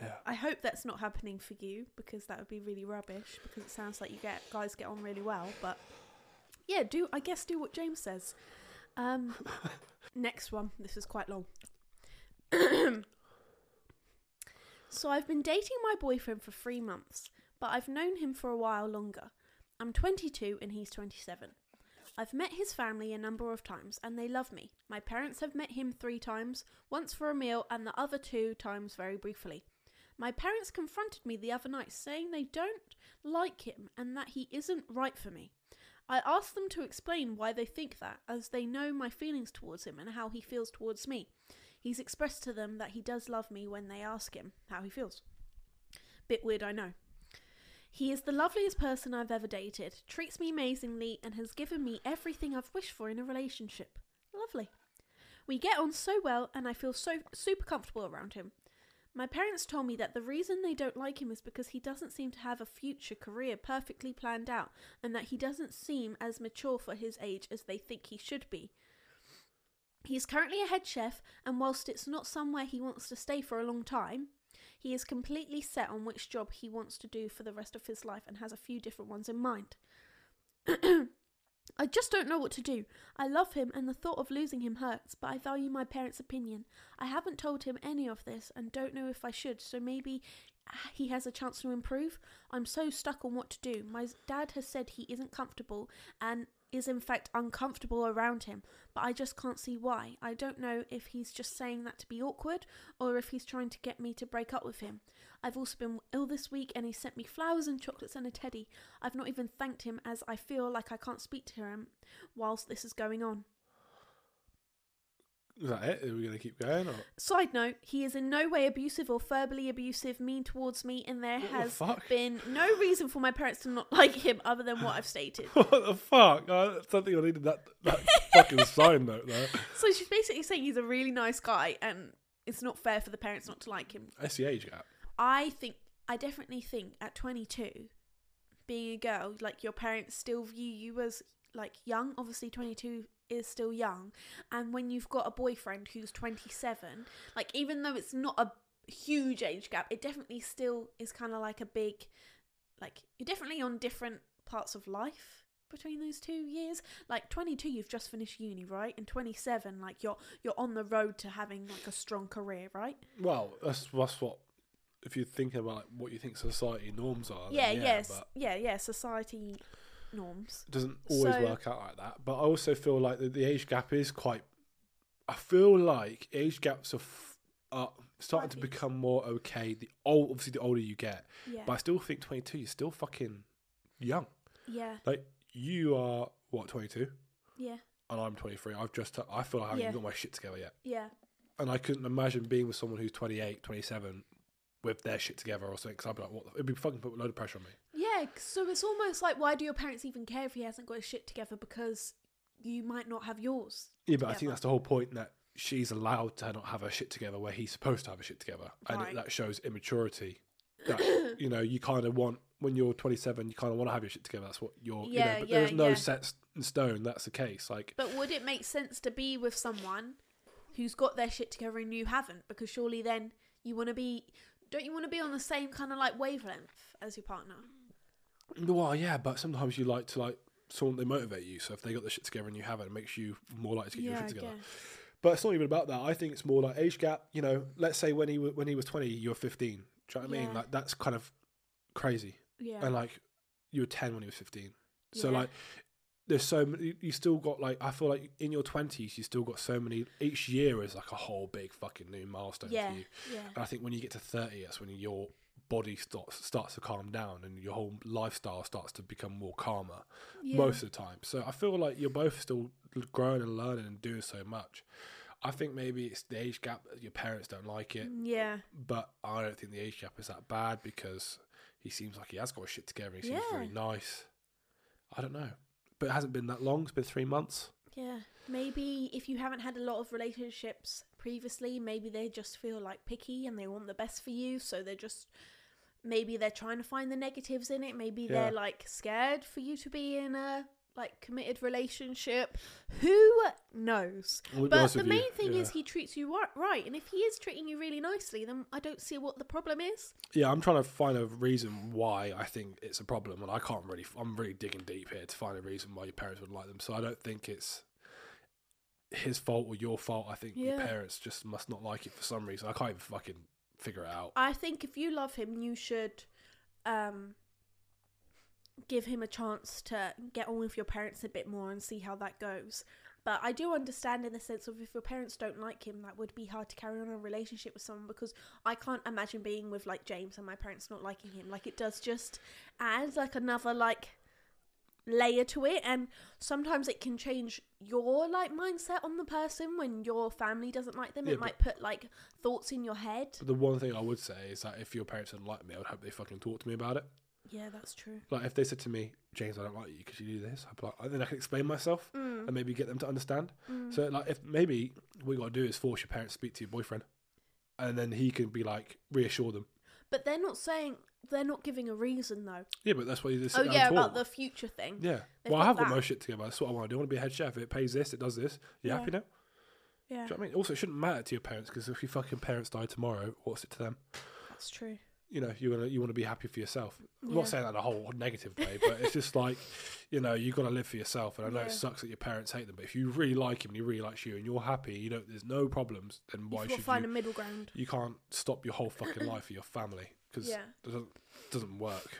B: yeah,
A: I hope that's not happening for you because that would be really rubbish. Because it sounds like you get guys get on really well, but yeah, do I guess do what James says. Um, next one. This is quite long. so I've been dating my boyfriend for three months, but I've known him for a while longer. I'm 22 and he's 27. I've met his family a number of times and they love me. My parents have met him three times, once for a meal and the other two times very briefly. My parents confronted me the other night saying they don't like him and that he isn't right for me. I asked them to explain why they think that, as they know my feelings towards him and how he feels towards me. He's expressed to them that he does love me when they ask him how he feels. Bit weird, I know. He is the loveliest person I've ever dated, treats me amazingly, and has given me everything I've wished for in a relationship. Lovely. We get on so well, and I feel so super comfortable around him. My parents told me that the reason they don't like him is because he doesn't seem to have a future career perfectly planned out and that he doesn't seem as mature for his age as they think he should be. He's currently a head chef, and whilst it's not somewhere he wants to stay for a long time, he is completely set on which job he wants to do for the rest of his life and has a few different ones in mind. I just don't know what to do. I love him and the thought of losing him hurts, but I value my parents' opinion. I haven't told him any of this and don't know if I should, so maybe he has a chance to improve. I'm so stuck on what to do. My dad has said he isn't comfortable and is in fact uncomfortable around him, but I just can't see why. I don't know if he's just saying that to be awkward or if he's trying to get me to break up with him. I've also been ill this week and he sent me flowers and chocolates and a teddy. I've not even thanked him as I feel like I can't speak to him whilst this is going on.
B: is that it? Are we gonna keep going? Or
A: Side note, he is in no way abusive or verbally abusive, mean towards me, and there
B: What the
A: has
B: fuck?
A: been no reason for my parents to not like him other than what I've stated.
B: what the fuck? I don't think I needed that that fucking sign note there.
A: So she's basically saying he's a really nice guy and it's not fair for the parents not to like him.
B: That's the age gap.
A: I think, I definitely think at 22, being a girl, like your parents still view you as like young. Obviously, 22 is still young. And when you've got a boyfriend who's 27, like even though it's not a huge age gap, it definitely still is kind of like a big, like you're definitely on different parts of life between those two years like 22 you've just finished uni right and 27 like you're you're on the road to having like a strong career right
B: Well, that's that's what if you think about like, what you think society norms are. then
A: yeah, yes,
B: but-
A: yeah, yeah. Society norms.
B: It doesn't always
A: So-
B: work out like that. But I also feel like the, the age gap is quite. I feel like age gaps are, f- are starting to
A: Right.
B: become more okay. The old, obviously, the older you get,
A: Yeah,
B: but I still think twenty two. You're still fucking young.
A: yeah,
B: Like you are what twenty two,
A: yeah,
B: and I'm twenty three. I've just. I feel I haven't
A: Yeah.
B: even got my shit together yet,
A: yeah,
B: and I couldn't imagine being with someone who's 28, 27 with their shit together or something. Because I'd be like, what? The, it'd be fucking put a load of pressure on me.
A: yeah. So it's almost like, why do your parents even care if he hasn't got his shit together? Because you might not have yours.
B: Yeah, but I think
A: together.
B: that's the whole point that she's allowed to not have her shit together where he's supposed to have her shit together. And it-
A: Right.
B: that shows immaturity. That, you know, you kind of want, when you're 27, you kind of want to have your shit together. That's what you're, you
A: Yeah,
B: know, but
A: yeah,
B: there's no
A: yeah.
B: set s- in stone. That's the case. Like,
A: But would it make sense to be with someone who's got their shit together and you haven't? Because surely then you want to be, don't you want to be on the same kind of like wavelength as your partner?
B: Well, yeah, but sometimes you like to like someone they motivate you. So if they got the shit together and you haven't, it makes you more likely to get your
A: yeah,
B: shit
A: I
B: together.
A: guess.
B: But it's not even about that. I think it's more like age gap. You know, let's say when he wa- when he was twenty, you were fifteen. Do you know what I mean?
A: Yeah.
B: Like that's kind of crazy.
A: Yeah.
B: And like you were ten when you were fifteen. So
A: Yeah.
B: like there's so many. you- You still got like I feel like in your twenties you still got so many. Each year is like a whole big fucking new milestone
A: Yeah.
B: for you.
A: Yeah.
B: And I think when you get to thirty, that's when your body starts starts to calm down and your whole lifestyle starts to become more calmer
A: yeah.
B: most of the time. So I feel like you're both still growing and learning and doing so much. I think maybe it's the age gap. Your parents don't like it,
A: Yeah.
B: but I don't think the age gap is that bad because he seems like he has got his shit together. He seems
A: Yeah.
B: very nice. I don't know, but it hasn't been that long. It's been three months.
A: Yeah. Maybe if you haven't had a lot of relationships previously, maybe they just feel like picky and they want the best for you. So they're just, maybe they're trying to find the negatives in it. Maybe
B: Yeah.
A: they're like scared for you to be in a like committed relationship. Who knows?
B: I'll be
A: But
B: honest
A: the
B: with you,
A: main thing is
B: yeah.
A: he treats you ri- right. And if he is treating you really nicely, then I don't see what the problem is.
B: yeah, I'm trying to find a reason why I think it's a problem, and I can't really. I'm really digging deep here to find a reason why your parents would like them. So I don't think it's his fault or your fault. I think your
A: Yeah.
B: parents just must not like it for some reason. I can't even fucking figure it out.
A: I think if you love him, you should um, give him a chance to get on with your parents a bit more and see how that goes. But I do understand in the sense of if your parents don't like him, that would be hard to carry on a relationship with someone because I can't imagine being with like James and my parents not liking him. Like it does just add like another like layer to it and sometimes it can change your like mindset on the person when your family doesn't like them
B: Yeah,
A: it
B: but-
A: might put like thoughts in your head
B: But the one thing I would say is that if your parents didn't like me, I would hope they fucking talk to me about it.
A: yeah that's true
B: Like if they said to me, James, I don't like you because you do this, I'd be like, then I can explain myself
A: Hmm.
B: and maybe get them to understand.
A: Mm.
B: So like if maybe what you gotta do is force your parents to speak to your boyfriend, and then he can be like reassure them.
A: But they're not saying they're not giving a reason though.
B: Yeah, but that's why you just
A: oh
B: sit down
A: yeah,
B: and
A: about the
B: talk.
A: future thing.
B: Yeah.
A: They've
B: well,
A: got
B: I have got
A: that.
B: my shit together. That's what I want to do. I want to be a head chef. It pays this. It does this. You
A: Yeah.
B: happy now?
A: Yeah,
B: Do you know what I mean? Also, it shouldn't matter to your parents because if your fucking parents die tomorrow, what's it to them?
A: that's true.
B: You know, you want to you want to be happy for yourself. I'm
A: Yeah.
B: not saying that in a whole negative way, but it's just like, you know, you got to live for yourself. And I know
A: Yeah.
B: it sucks that your parents hate them, but if you really like him and he really likes you and you're happy, you know, there's no problems. Then why
A: You've got
B: should
A: to find
B: you?
A: a middle ground.
B: You can't stop your whole fucking life for your family because
A: Yeah.
B: it doesn't, doesn't work.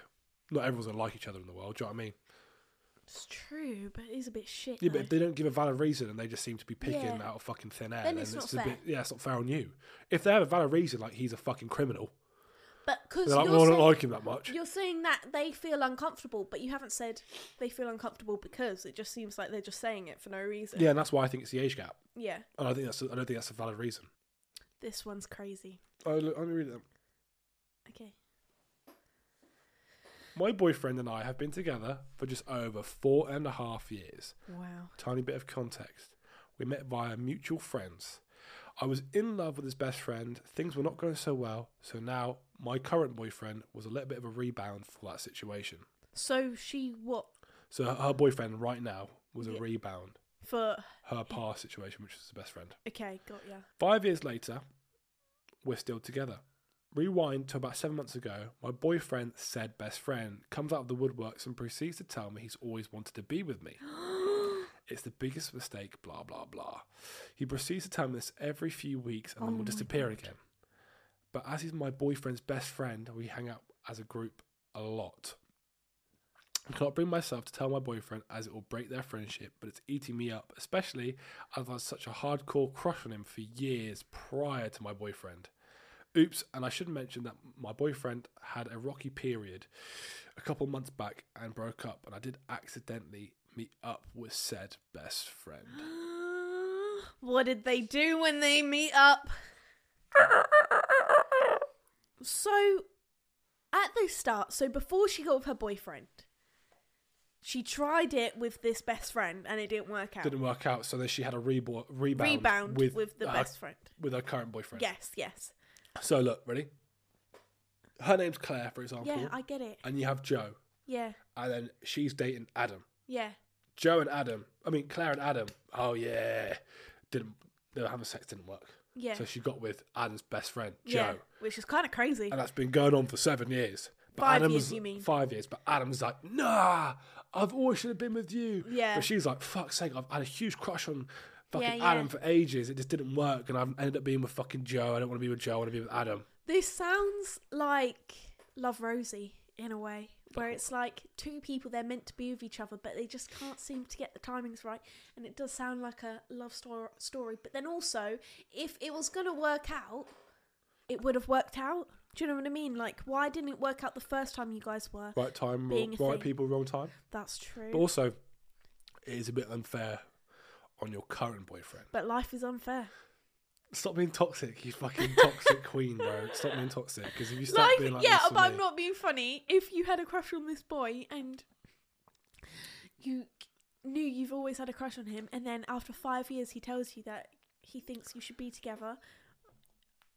B: Not everyone's gonna like each other in the world. Do you know what I mean?
A: It's true, but it is a bit shit.
B: Yeah,
A: though.
B: but if they don't give a valid reason and they just seem to be picking
A: Yeah.
B: out of fucking thin air,
A: Then
B: then,
A: it's
B: it's,
A: not
B: a
A: fair.
B: bit yeah, it's not fair on you. If they have a valid reason, like he's a fucking criminal,
A: But because
B: they're like,
A: you're,
B: well, I
A: saying,
B: don't like him that much.
A: you're saying that they feel uncomfortable, but you haven't said they feel uncomfortable because it just seems like they're just saying it for no reason.
B: Yeah, and that's why I think it's the age gap,
A: Yeah.
B: and I think that's a, I don't think that's a valid reason.
A: This one's crazy.
B: Oh, look, let me read them.
A: Okay.
B: My boyfriend and I have been together for just over four and a half years.
A: Wow.
B: Tiny bit of context: we met via mutual friends. I was in love with his best friend. Things were not going so well, so now my current boyfriend was a little bit of a rebound for that situation.
A: So she what
B: So her, her boyfriend right now was a
A: Yeah.
B: rebound.
A: for?
B: Her past situation, which was the best friend.
A: Okay, got ya.
B: Five years later, we're still together. Rewind to about seven months ago, my boyfriend, said best friend, comes out of the woodworks and proceeds to tell me he's always wanted to be with me. It's the biggest mistake, blah, blah, blah. He proceeds to tell me this every few weeks and
A: Oh
B: then will
A: my
B: disappear again. But as he's my boyfriend's best friend, we hang out as a group a lot. I cannot bring myself to tell my boyfriend as it will break their friendship, but it's eating me up, especially as I had such a hardcore crush on him for years prior to my boyfriend. Oops, and I should mention that my boyfriend had a rocky period a couple months back and broke up, and I did accidentally meet up with said best friend.
A: what did they do when they meet up? So, at the start, so before she got with her boyfriend, she tried it with this best friend and it didn't work out.
B: Didn't work out, so then she had a rebo- rebound,
A: Rebound with, the
B: her,
A: best friend.
B: with her current boyfriend.
A: Yes, yes.
B: So look, ready? Her name's Claire, for example,
A: Yeah, I get it.
B: and you have Joe,
A: Yeah,
B: and then she's dating Adam.
A: yeah.
B: Joe and Adam, I mean Claire and Adam. Oh yeah, didn't they were having sex? Didn't work.
A: Yeah.
B: So she got with Adam's best friend, Joe,
A: yeah. Which is kind of crazy.
B: and that's been going on for seven years. But
A: Five
B: Adam's,
A: years, you mean?
B: Five years. But Adam's like, nah, I've always should have been with you.
A: Yeah.
B: But she's like, fuck's sake, I've had a huge crush on fucking
A: Yeah, yeah.
B: Adam for ages. It just didn't work. And I've ended up being with fucking Joe. I don't want to be with Joe. I want to be with Adam.
A: This sounds like Love Rosie in a way, where it's like two people they're meant to be with each other, but they just can't seem to get the timings right. And it does sound like a love story, story. but then also, if it was going to work out, it would have worked out. Do you know what I mean? Like, why didn't it work out the first time you guys were?
B: Right time, wrong,
A: Being a Mm.
B: right
A: thing.
B: people, wrong time.
A: That's true.
B: But also, it is a bit unfair on your current boyfriend.
A: but life is unfair.
B: Stop being toxic, you fucking toxic queen, bro. Stop being toxic. Because if you start
A: Like,
B: being like
A: yeah,
B: this to
A: but I'm
B: me-
A: not being funny. If you had a crush on this boy and you knew you've always had a crush on him, and then after five years he tells you that he thinks you should be together,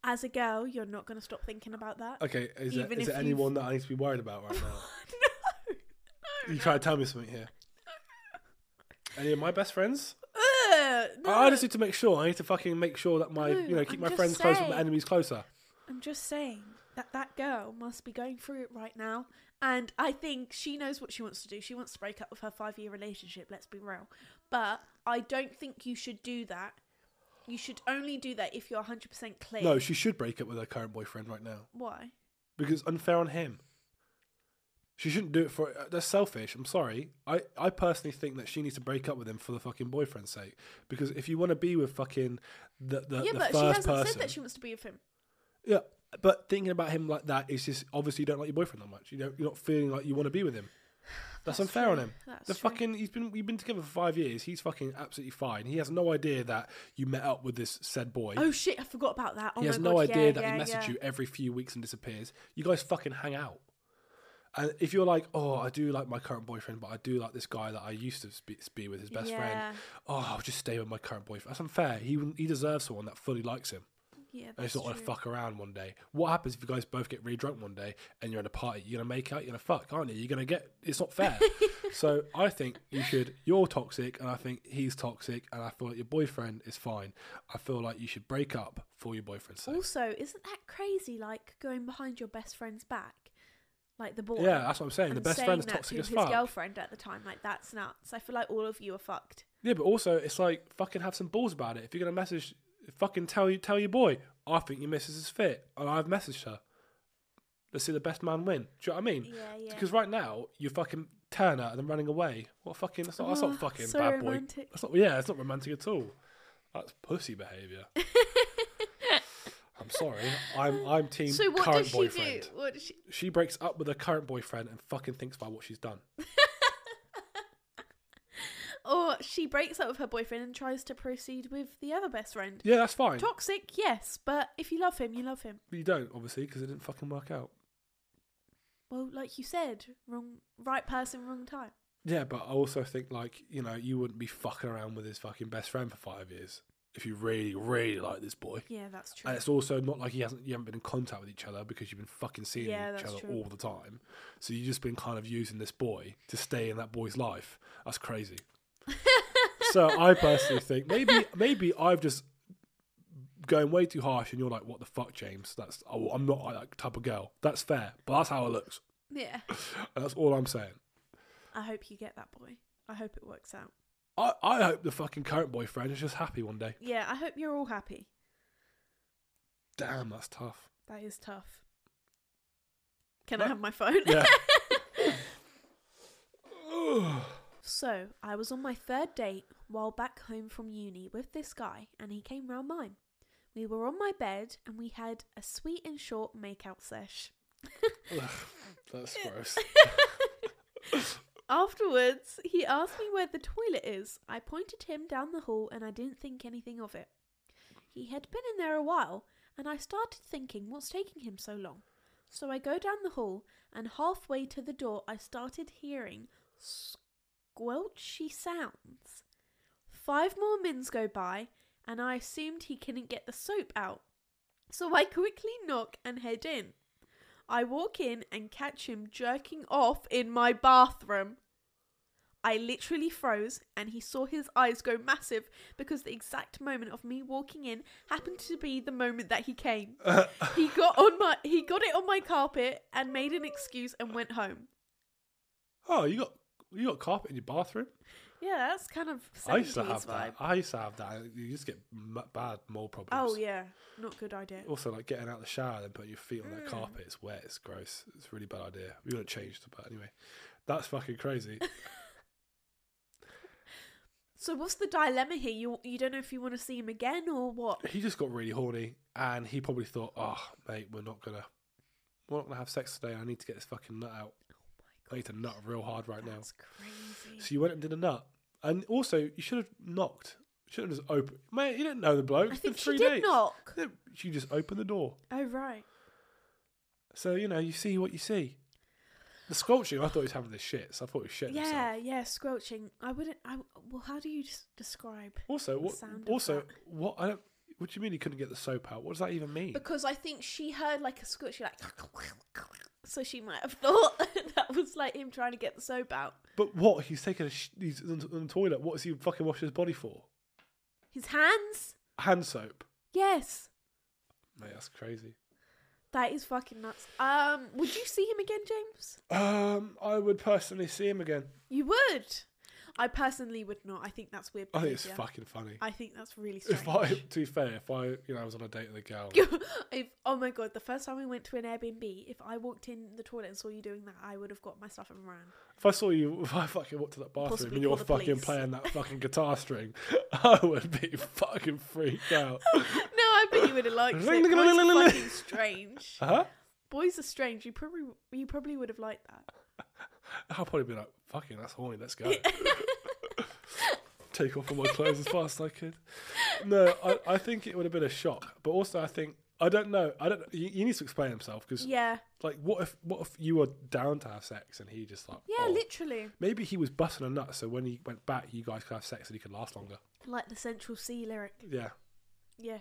A: as a girl, you're not going to stop thinking about that.
B: Okay, is there,
A: Even
B: is
A: if
B: there
A: you've-
B: anyone that I need to be worried about right now?
A: no, no,
B: Uh, you try to tell me something here. Any of my best friends?
A: Ugh, no.
B: I just need to make sure. I need to fucking make sure that my,
A: No,
B: you know, keep
A: I'm
B: my
A: just
B: friends close and my
A: saying.
B: enemies closer.
A: I'm just saying that that girl must be going through it right now. And I think she knows what she wants to do. She wants to break up with her five year relationship, let's be real. But I don't think you should do that. You should only do that if you're 100% clear.
B: No, she should break up with her current boyfriend right now
A: Why?
B: because it's unfair on him. She shouldn't do it for. uh, That's selfish. I'm sorry. I, I personally think that she needs to break up with him for the fucking boyfriend's sake. Because if you want to be with fucking the the,
A: yeah,
B: the
A: but
B: first
A: she hasn't
B: person,
A: said that she wants to be with him.
B: Yeah, but thinking about him like that is just obviously you don't like your boyfriend that much. You don't, you're not feeling like you want to be with him. That's,
A: That's
B: unfair on
A: true.
B: him.
A: That's
B: the
A: true.
B: fucking he's been we've been together for five years. He's fucking absolutely fine. He has no idea that you met up with this said boy.
A: Oh shit, I forgot about that. Oh
B: he
A: my
B: has
A: God,
B: no idea
A: yeah,
B: that he
A: yeah,
B: messaged
A: yeah.
B: you every few weeks and disappears. You guys fucking hang out. And if you're like, oh, I do like my current boyfriend, but I do like this guy that I used to be, be with, his best
A: Yeah.
B: friend. Oh, I'll just stay with my current boyfriend. That's unfair. He he deserves someone that fully likes him.
A: Yeah,
B: And
A: that's
B: it's not want
A: true.
B: to fuck around one day. What happens if you guys both get really drunk one day and you're at a party? You're gonna make out. You're gonna fuck, aren't you? You're gonna get. It's not fair. so I think you should. You're toxic, and I think he's toxic, and I feel like your boyfriend is fine. I feel like you should break up for your boyfriend's sake.
A: Also, isn't that crazy, like going behind your best friend's back? Like the boy.
B: yeah, that's what I'm saying. The
A: and
B: best
A: saying
B: friend is
A: that
B: toxic
A: to
B: as
A: his
B: fuck.
A: girlfriend at the time. Like that's nuts. I feel like all of you are fucked.
B: Yeah, but also it's like fucking have some balls about it. If you're gonna message, fucking tell you tell your boy. I think your missus is fit, and I've messaged her. Let's see the best man win. Do you know what I mean?
A: Yeah, yeah.
B: Because right now you're fucking Turner and then running away. What fucking? That's not. That's
A: Oh,
B: not fucking
A: so
B: bad boy.
A: romantic.
B: That's not. Yeah, it's not romantic at all. That's pussy behaviour. I'm sorry. I'm I'm team
A: so what
B: current
A: does she
B: boyfriend.
A: do? What does she?
B: She breaks up with her current boyfriend and fucking thinks about what she's done.
A: Or she breaks up with her boyfriend and tries to proceed with the other best friend.
B: Yeah, that's fine.
A: Toxic, yes, but if you love him, you love him.
B: But you don't obviously because it didn't fucking work out.
A: Well, like you said, wrong, right person, wrong time.
B: Yeah, but I also think like you know you wouldn't be fucking around with his fucking best friend for five years if you really really like this boy.
A: Yeah, that's true.
B: And it's also not like he hasn't you haven't been in contact with each other because you've been fucking seeing
A: Yeah,
B: each
A: that's
B: other
A: true.
B: all the time. So you've just been kind of using this boy to stay in that boy's life. That's crazy. so I personally think maybe maybe I've just going way too harsh and you're like what the fuck James that's oh, I'm not like that type of girl that's fair but that's how it looks
A: yeah,
B: and that's all I'm saying
A: I hope you get that boy. I hope it works out.
B: I, I hope the fucking current boyfriend is just happy one day.
A: Yeah, I hope you're all happy.
B: Damn, that's tough.
A: That is tough. Can I
B: That-
A: have my phone?
B: Yeah.
A: So, I was on my third date while back home from uni with this guy, and he came round mine. We were on my bed and we had a sweet and short makeout sesh.
B: that's gross.
A: Afterwards, he asked me where the toilet is. I pointed him down the hall and I didn't think anything of it. He had been in there a while, and I started thinking what's taking him so long. So I go down the hall, and halfway to the door, I started hearing squelchy sounds. Five more mins go by, and I assumed he couldn't get the soap out. So I quickly knock and head in. I walk in and catch him jerking off in my bathroom. I literally froze and he saw his eyes go massive because the exact moment of me walking in happened to be the moment that he came. he got on my he got it on my carpet and made an excuse and went home.
B: Oh, you got you got carpet in your bathroom?
A: Yeah, that's kind of 70s
B: I used to have
A: vibe.
B: that. I used to have that. You just get m- bad mold problems.
A: Oh yeah, not good idea.
B: Also, like getting out of the shower and putting your feet on
A: Mm.
B: that carpet. It's wet. It's gross. It's a really bad idea. We would have changed, but anyway, that's fucking crazy.
A: So what's the dilemma here? You you don't know if you want to see him again or what? Oh
B: he just got really horny, and he probably thought, "Oh, mate, we're not gonna, we're not gonna have sex today. I need to get this fucking nut out. I need to nut real hard right now."
A: That's crazy.
B: So you went and did a nut, and also you should have knocked. You Should have just opened. Mate, you didn't know the bloke.
A: I
B: It's been
A: think she
B: three
A: did
B: dates.
A: knock.
B: No, She just opened the door.
A: Oh right.
B: So you know, you see what you see. The squelching, I thought he was having the shit. So I thought he was shitting himself.
A: Yeah, yeah, squelching. I wouldn't. I well, how do you s- describe?
B: Also, what?
A: sound of
B: Also,
A: that.
B: what? I don't. What do you mean he couldn't get the soap out? What does that even mean?
A: Because I think she heard like a squelch, like so she might have thought that was like him trying to get the soap out.
B: but what? He's taking a sh- he's on, on the toilet. What does he fucking wash his body for?
A: His hands.
B: Hand soap.
A: Yes,
B: Mate, that's crazy.
A: that is fucking nuts. Um, would you see him again, James?
B: Um, I would personally see him again.
A: You would. I personally would not. I think that's weird.
B: I think Oh, it's
A: behaviour.
B: fucking funny.
A: I think that's really strange.
B: If I, to be fair, if I, you know, I was on a date with a girl,
A: if, oh my god, the first time we went to an Airbnb, if I walked in the toilet and saw you doing that, I would have got my stuff and ran.
B: if I saw you, if I fucking walked to that bathroom
A: Possibly
B: and you were
A: call the
B: fucking
A: police.
B: playing that fucking guitar string, I would be fucking freaked out.
A: No, I bet you would have liked it.
B: Ring,
A: Boys
B: ling, ling, ling,
A: are
B: ling.
A: fucking strange.
B: huh?
A: Boys are strange. You probably you probably would have liked that.
B: I'll probably be like, fucking, that's horny, let's go. Take off all my clothes as fast as I could. No, I, I think it would have been a shock. But also, I think, I don't know, I don't, you, you needs to explain himself because,
A: Yeah,
B: like, what if what if you were down to have sex and he just like,
A: yeah,
B: oh.
A: literally
B: maybe he was busting a nut so when he went back, you guys could have sex and he could last longer.
A: like the Central C lyric.
B: Yeah.
A: Yeah,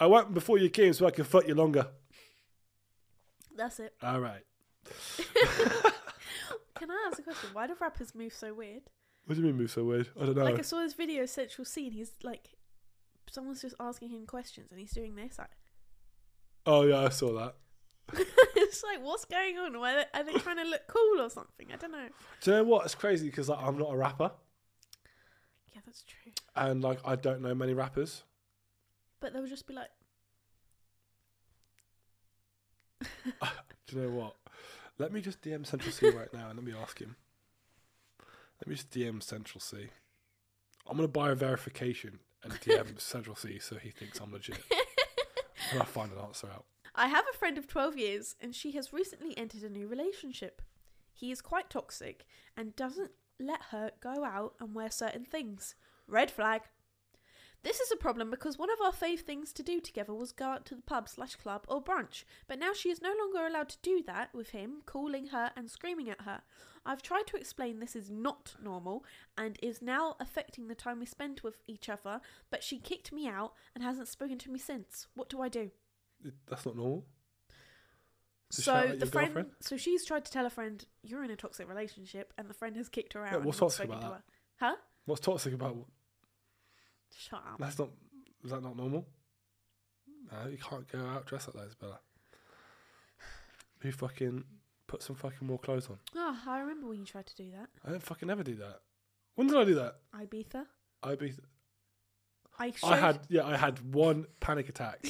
B: I went before you came so I could fuck you longer.
A: that's it.
B: All right.
A: Can I ask a question? Why do rappers move so weird?
B: What do you mean move so weird? I don't know.
A: Like I saw this video of Central C, and he's like, someone's just asking him questions, and he's doing this. Like,
B: oh, yeah, I saw that.
A: it's like, what's going on? Why are they, are they trying to look cool or something? I don't know.
B: Do you know what? It's crazy because like, I'm not a rapper
A: Yeah, that's true.
B: and, like, I don't know many rappers.
A: But they'll just be like,
B: Do you know what? Let me just DM Central C right now and let me ask him. Let me just DM Central C. I'm gonna buy a verification and DM Central C so he thinks I'm legit. and I'll find an answer out.
A: I have a friend of 12 years and she has recently entered a new relationship. He is quite toxic and doesn't let her go out and wear certain things. Red flag. This is a problem because one of our fave things to do together was go out to the pub slash club or brunch, but now she is no longer allowed to do that with him calling her and screaming at her. I've tried to explain this is not normal and is now affecting the time we spend with each other, but she kicked me out and hasn't spoken to me since. What do I do?
B: That's not normal. To shout at
A: So
B: your
A: the friend,
B: girlfriend?
A: so she's tried to tell a friend, "You're in a toxic relationship," and the friend has kicked her out.
B: Yeah,
A: and
B: what's
A: not
B: toxic
A: spoken
B: about
A: to her. Huh?
B: What's toxic about
A: Shut up.
B: that's not is that not normal? No, you can't go out dressed like that, Isabella. You fucking put some fucking more clothes on.
A: Oh, I remember when you tried to do that,
B: I don't fucking ever do that. When did I do that?
A: Ibiza.
B: I be
A: I showed,
B: I
A: I,
B: had yeah, I had one panic attack.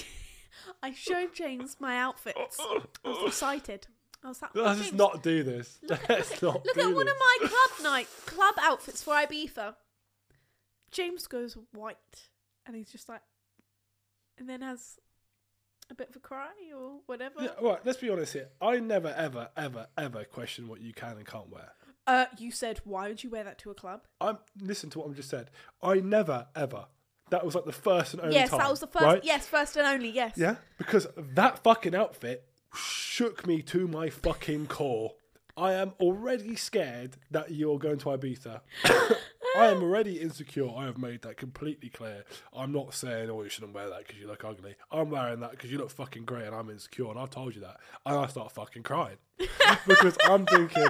A: showed James my outfits. I was excited. I was like, "Oh,
B: Let's just
A: James,
B: not do this. Let's
A: look,
B: not
A: look
B: do
A: at one
B: this.
A: of my club night club outfits for Ibiza." James goes white, and he's just like, and then has a bit of a cry or whatever.
B: Yeah, right, let's be honest here. I never, ever, ever, ever question what you can and can't wear.
A: Uh, you said, "Why would you wear that to a club?"
B: I'm listen to what I'm just said. I never, ever. That was like the first and only
A: Yes,
B: time.
A: that was the first.
B: right?
A: Yes, first and only. Yes.
B: Yeah, because that fucking outfit shook me to my fucking core. I am already scared that you're going to Ibiza I am already insecure. I have made that completely clear. I'm not saying, oh, you shouldn't wear that because you look ugly. I'm wearing that because you look fucking great and I'm insecure and I've told you that. And I start fucking crying because I'm thinking,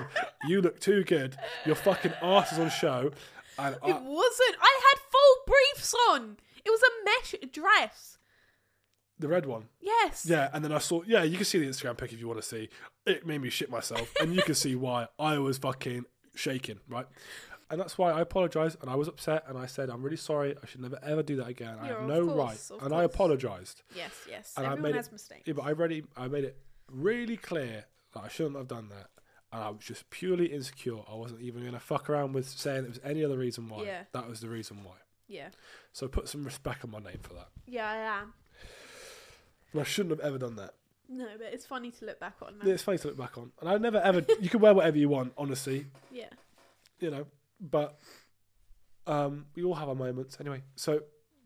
B: you look too good. Your fucking ass is on show. And
A: It
B: I,
A: wasn't. I had full briefs on. It was a mesh dress.
B: the red one.
A: Yes.
B: Yeah, and then I saw. Yeah, you can see the Instagram pic if you want to see. It made me shit myself, and you can see why I was fucking shaking, right? And that's why I apologized, and I was upset, and I said I'm really sorry. I should never ever do that again. I
A: Yeah,
B: have
A: of
B: no
A: course,
B: right,
A: of
B: and I
A: course.
B: apologized.
A: Yes. Yes.
B: And I
A: Everyone
B: made it-
A: has mistakes.
B: Yeah, but I already I made it really clear that I shouldn't have done that, and I was just purely insecure. I wasn't even gonna fuck around with saying it was any other reason why.
A: Yeah.
B: That was the reason why.
A: Yeah.
B: So put some respect on my name for that.
A: Yeah, I am.
B: And I shouldn't have ever done that.
A: No, but it's funny to look back on now.
B: Yeah, It's funny to look back on, and I never ever. you can wear whatever you want, honestly.
A: Yeah.
B: you know, but um, we all have our moments anyway. So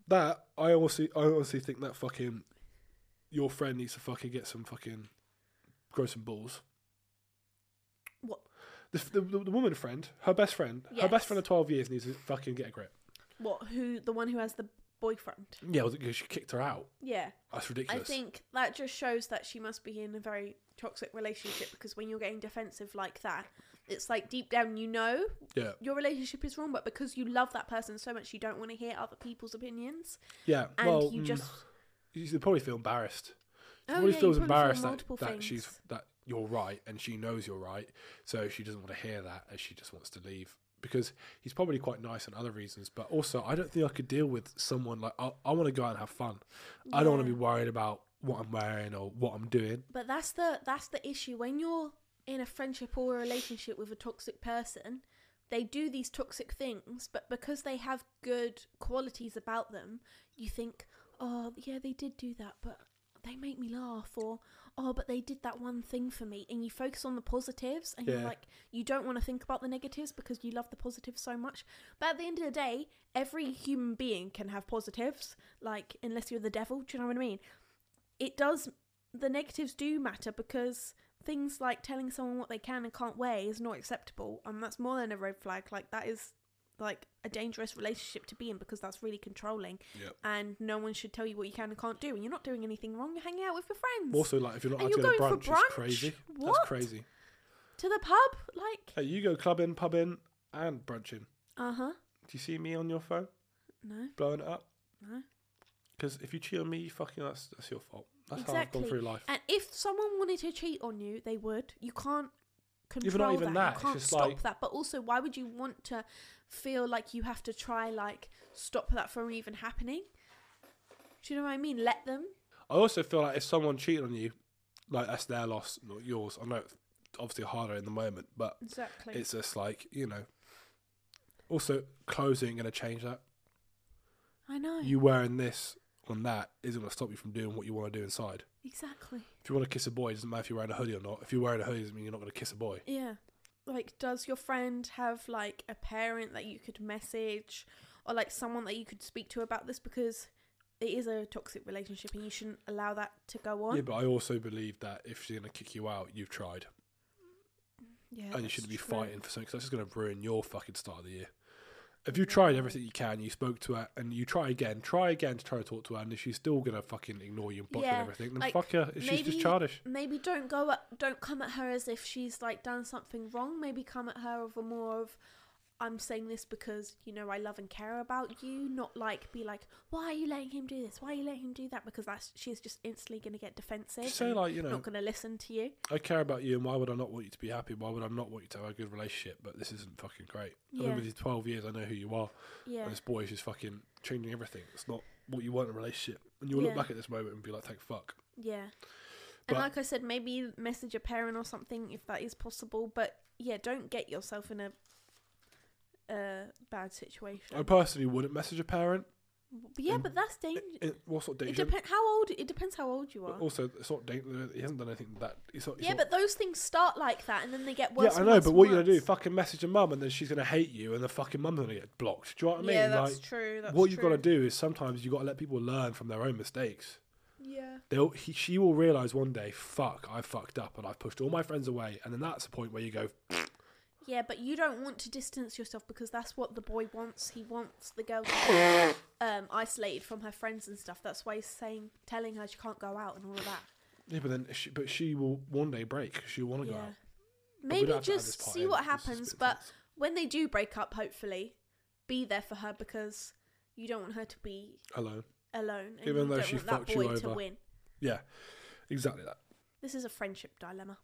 B: that I honestly, I honestly think that fucking your friend needs to fucking get some fucking grow some balls.
A: What?
B: The, the, the woman friend, her best friend, her
A: Yes.
B: best friend of twelve years needs to fucking get a grip.
A: What? Who? The one who has the boyfriend?
B: Yeah, because she kicked her out.
A: Yeah.
B: That's
A: I
B: ridiculous.
A: think that just shows that she must be in a very toxic relationship because when you're getting defensive like that, it's like deep down you know
B: yeah,
A: your relationship is wrong, but because you love that person so much, you don't want to hear other people's opinions,
B: yeah.
A: and
B: well,
A: you
B: mm,
A: just
B: you probably feel embarrassed. She
A: Oh,
B: probably
A: yeah, you
B: feels
A: probably feel
B: embarrassed that,
A: multiple
B: that she's
A: things.
B: that you're right and she knows you're right, so she doesn't want to hear that and she just wants to leave because he's probably quite nice on other reasons, but also I don't think I could deal with someone like I, I want to go out and have fun. I don't want to
A: Yeah.
B: be worried about what I'm wearing or what I'm doing.
A: But that's the that's the issue when you're in a friendship or a relationship with a toxic person. They do these toxic things, but because they have good qualities about them, you think, "Oh, yeah, they did do that, but they make me laugh," or "Oh, but they did that one thing for me." And you focus on the positives, and you're
B: Yeah.
A: like, you don't want to think about the negatives because you love the positives so much. But at the end of the day, every human being can have positives. Like, unless you're the devil, do you know what I mean? It does the negatives do matter because things like telling someone what they can and can't wear is not acceptable and that's more than a red flag like that is like a dangerous relationship to be in because that's really controlling
B: Yep.
A: and no one should tell you what you can and can't do and you're not doing anything wrong you're hanging out with your friends
B: Also, like if you're not
A: And
B: out
A: you're
B: to
A: going
B: brunch,
A: for
B: it's
A: brunch?
B: crazy.
A: What?
B: That's crazy.
A: to the pub like
B: Hey, you go clubbing, pubbing, and brunching.
A: uh-huh
B: Do you see me on your phone
A: no
B: blowing it up?
A: no
B: Because if you cheat on me, you fucking that's that's your fault. That's how I've
A: Exactly.
B: gone through life.
A: and if someone wanted to cheat on you they would you can't
B: Even not
A: control that,
B: even that, it's
A: you can't
B: just
A: stop
B: like-
A: that but also why would you want to feel like you have to try like stop that from even happening do you know what i mean let them
B: I also feel like if someone cheated on you, like that's their loss, not yours. I know it's obviously harder in the moment, but
A: Exactly.
B: it's just like, you know. Also, clothes ain't going to change that.
A: I know.
B: You wearing this on that isn't going to stop you from doing what you want to do inside.
A: exactly.
B: If you want to kiss a boy, it doesn't matter if you're wearing a hoodie or not. If you're wearing a hoodie, it doesn't mean you're not going to kiss a boy.
A: Yeah. Like, does your friend have like a parent that you could message or like someone that you could speak to about this? Because it is a toxic relationship and you shouldn't allow that to go on.
B: Yeah, but I also believe that if she's going to kick you out, you've tried.
A: Yeah,
B: and you
A: that's
B: shouldn't be
A: true.
B: fighting for something 'cause that's just going to ruin your fucking start of the year. If you tried everything you can, you spoke to her, and you try again, try again to try to talk to her, and if she's still going to fucking ignore you and block you
A: Yeah,
B: and everything, then
A: like,
B: fuck her. If she's just
A: maybe-
B: childish.
A: Maybe don't go at, don't come at her as if she's like done something wrong. Maybe come at her of a more of I'm saying this because you know I love and care about you, not like be like why are you letting him do this? Why are you letting him do that? Because that's she's just instantly going to get defensive.
B: Just say,
A: and
B: like, you know,
A: not going to listen to you.
B: I care about you, and why would I not want you to be happy? Why would I not want you to have a good relationship? But this isn't fucking great. I've
A: Yeah.
B: been with you 12 years, I know who you are,
A: Yeah,
B: and this boy is just fucking changing everything. It's not what you want in a relationship. And you'll
A: Yeah.
B: look back at this moment and be like, thank fuck.
A: yeah.
B: But-
A: And like I said, maybe message a parent or something if that is possible. But yeah, don't get yourself in a uh, bad situation.
B: I personally wouldn't message a parent.
A: yeah,
B: um,
A: but that's
B: It,
A: dangerous.
B: it, what sort of
A: It
B: danger?
A: depends how old. It depends how old you are.
B: But also, it's not danger. He hasn't done anything that. It's not, it's
A: yeah,
B: not-
A: but those things start like that, and then they get worse.
B: yeah, I
A: and
B: know,
A: worse
B: but
A: and
B: what you gonna do?
A: worse.
B: Fucking message your mum, and then she's gonna hate you, and the fucking mum's gonna get blocked. Do you know what I mean?
A: yeah, that's
B: like,
A: true. That's
B: what you've gotta
A: true.
B: do is sometimes you gotta let people learn from their own mistakes.
A: Yeah,
B: They'll, he, she will realize one day, fuck, I fucked up, and I pushed all my friends away, and then that's the point where you go,
A: Yeah, but you don't want to distance yourself because that's what the boy wants. He wants the girl to be um, isolated from her friends and stuff. That's why he's saying, telling her she can't go out and all of that.
B: Yeah, but then she, but she will one day break. She'll want to go
A: Yeah.
B: out. But we
A: Maybe
B: don't have to add this
A: just
B: part
A: see
B: in,
A: what
B: it's just a
A: happens.
B: bit
A: But
B: tense.
A: when they do break up, hopefully, be there for her because you don't want her to be
B: alone.
A: alone. And
B: Even
A: you
B: though
A: don't
B: she
A: want that
B: fucked you
A: boy to
B: over.
A: win.
B: Yeah, exactly that.
A: This is a friendship dilemma.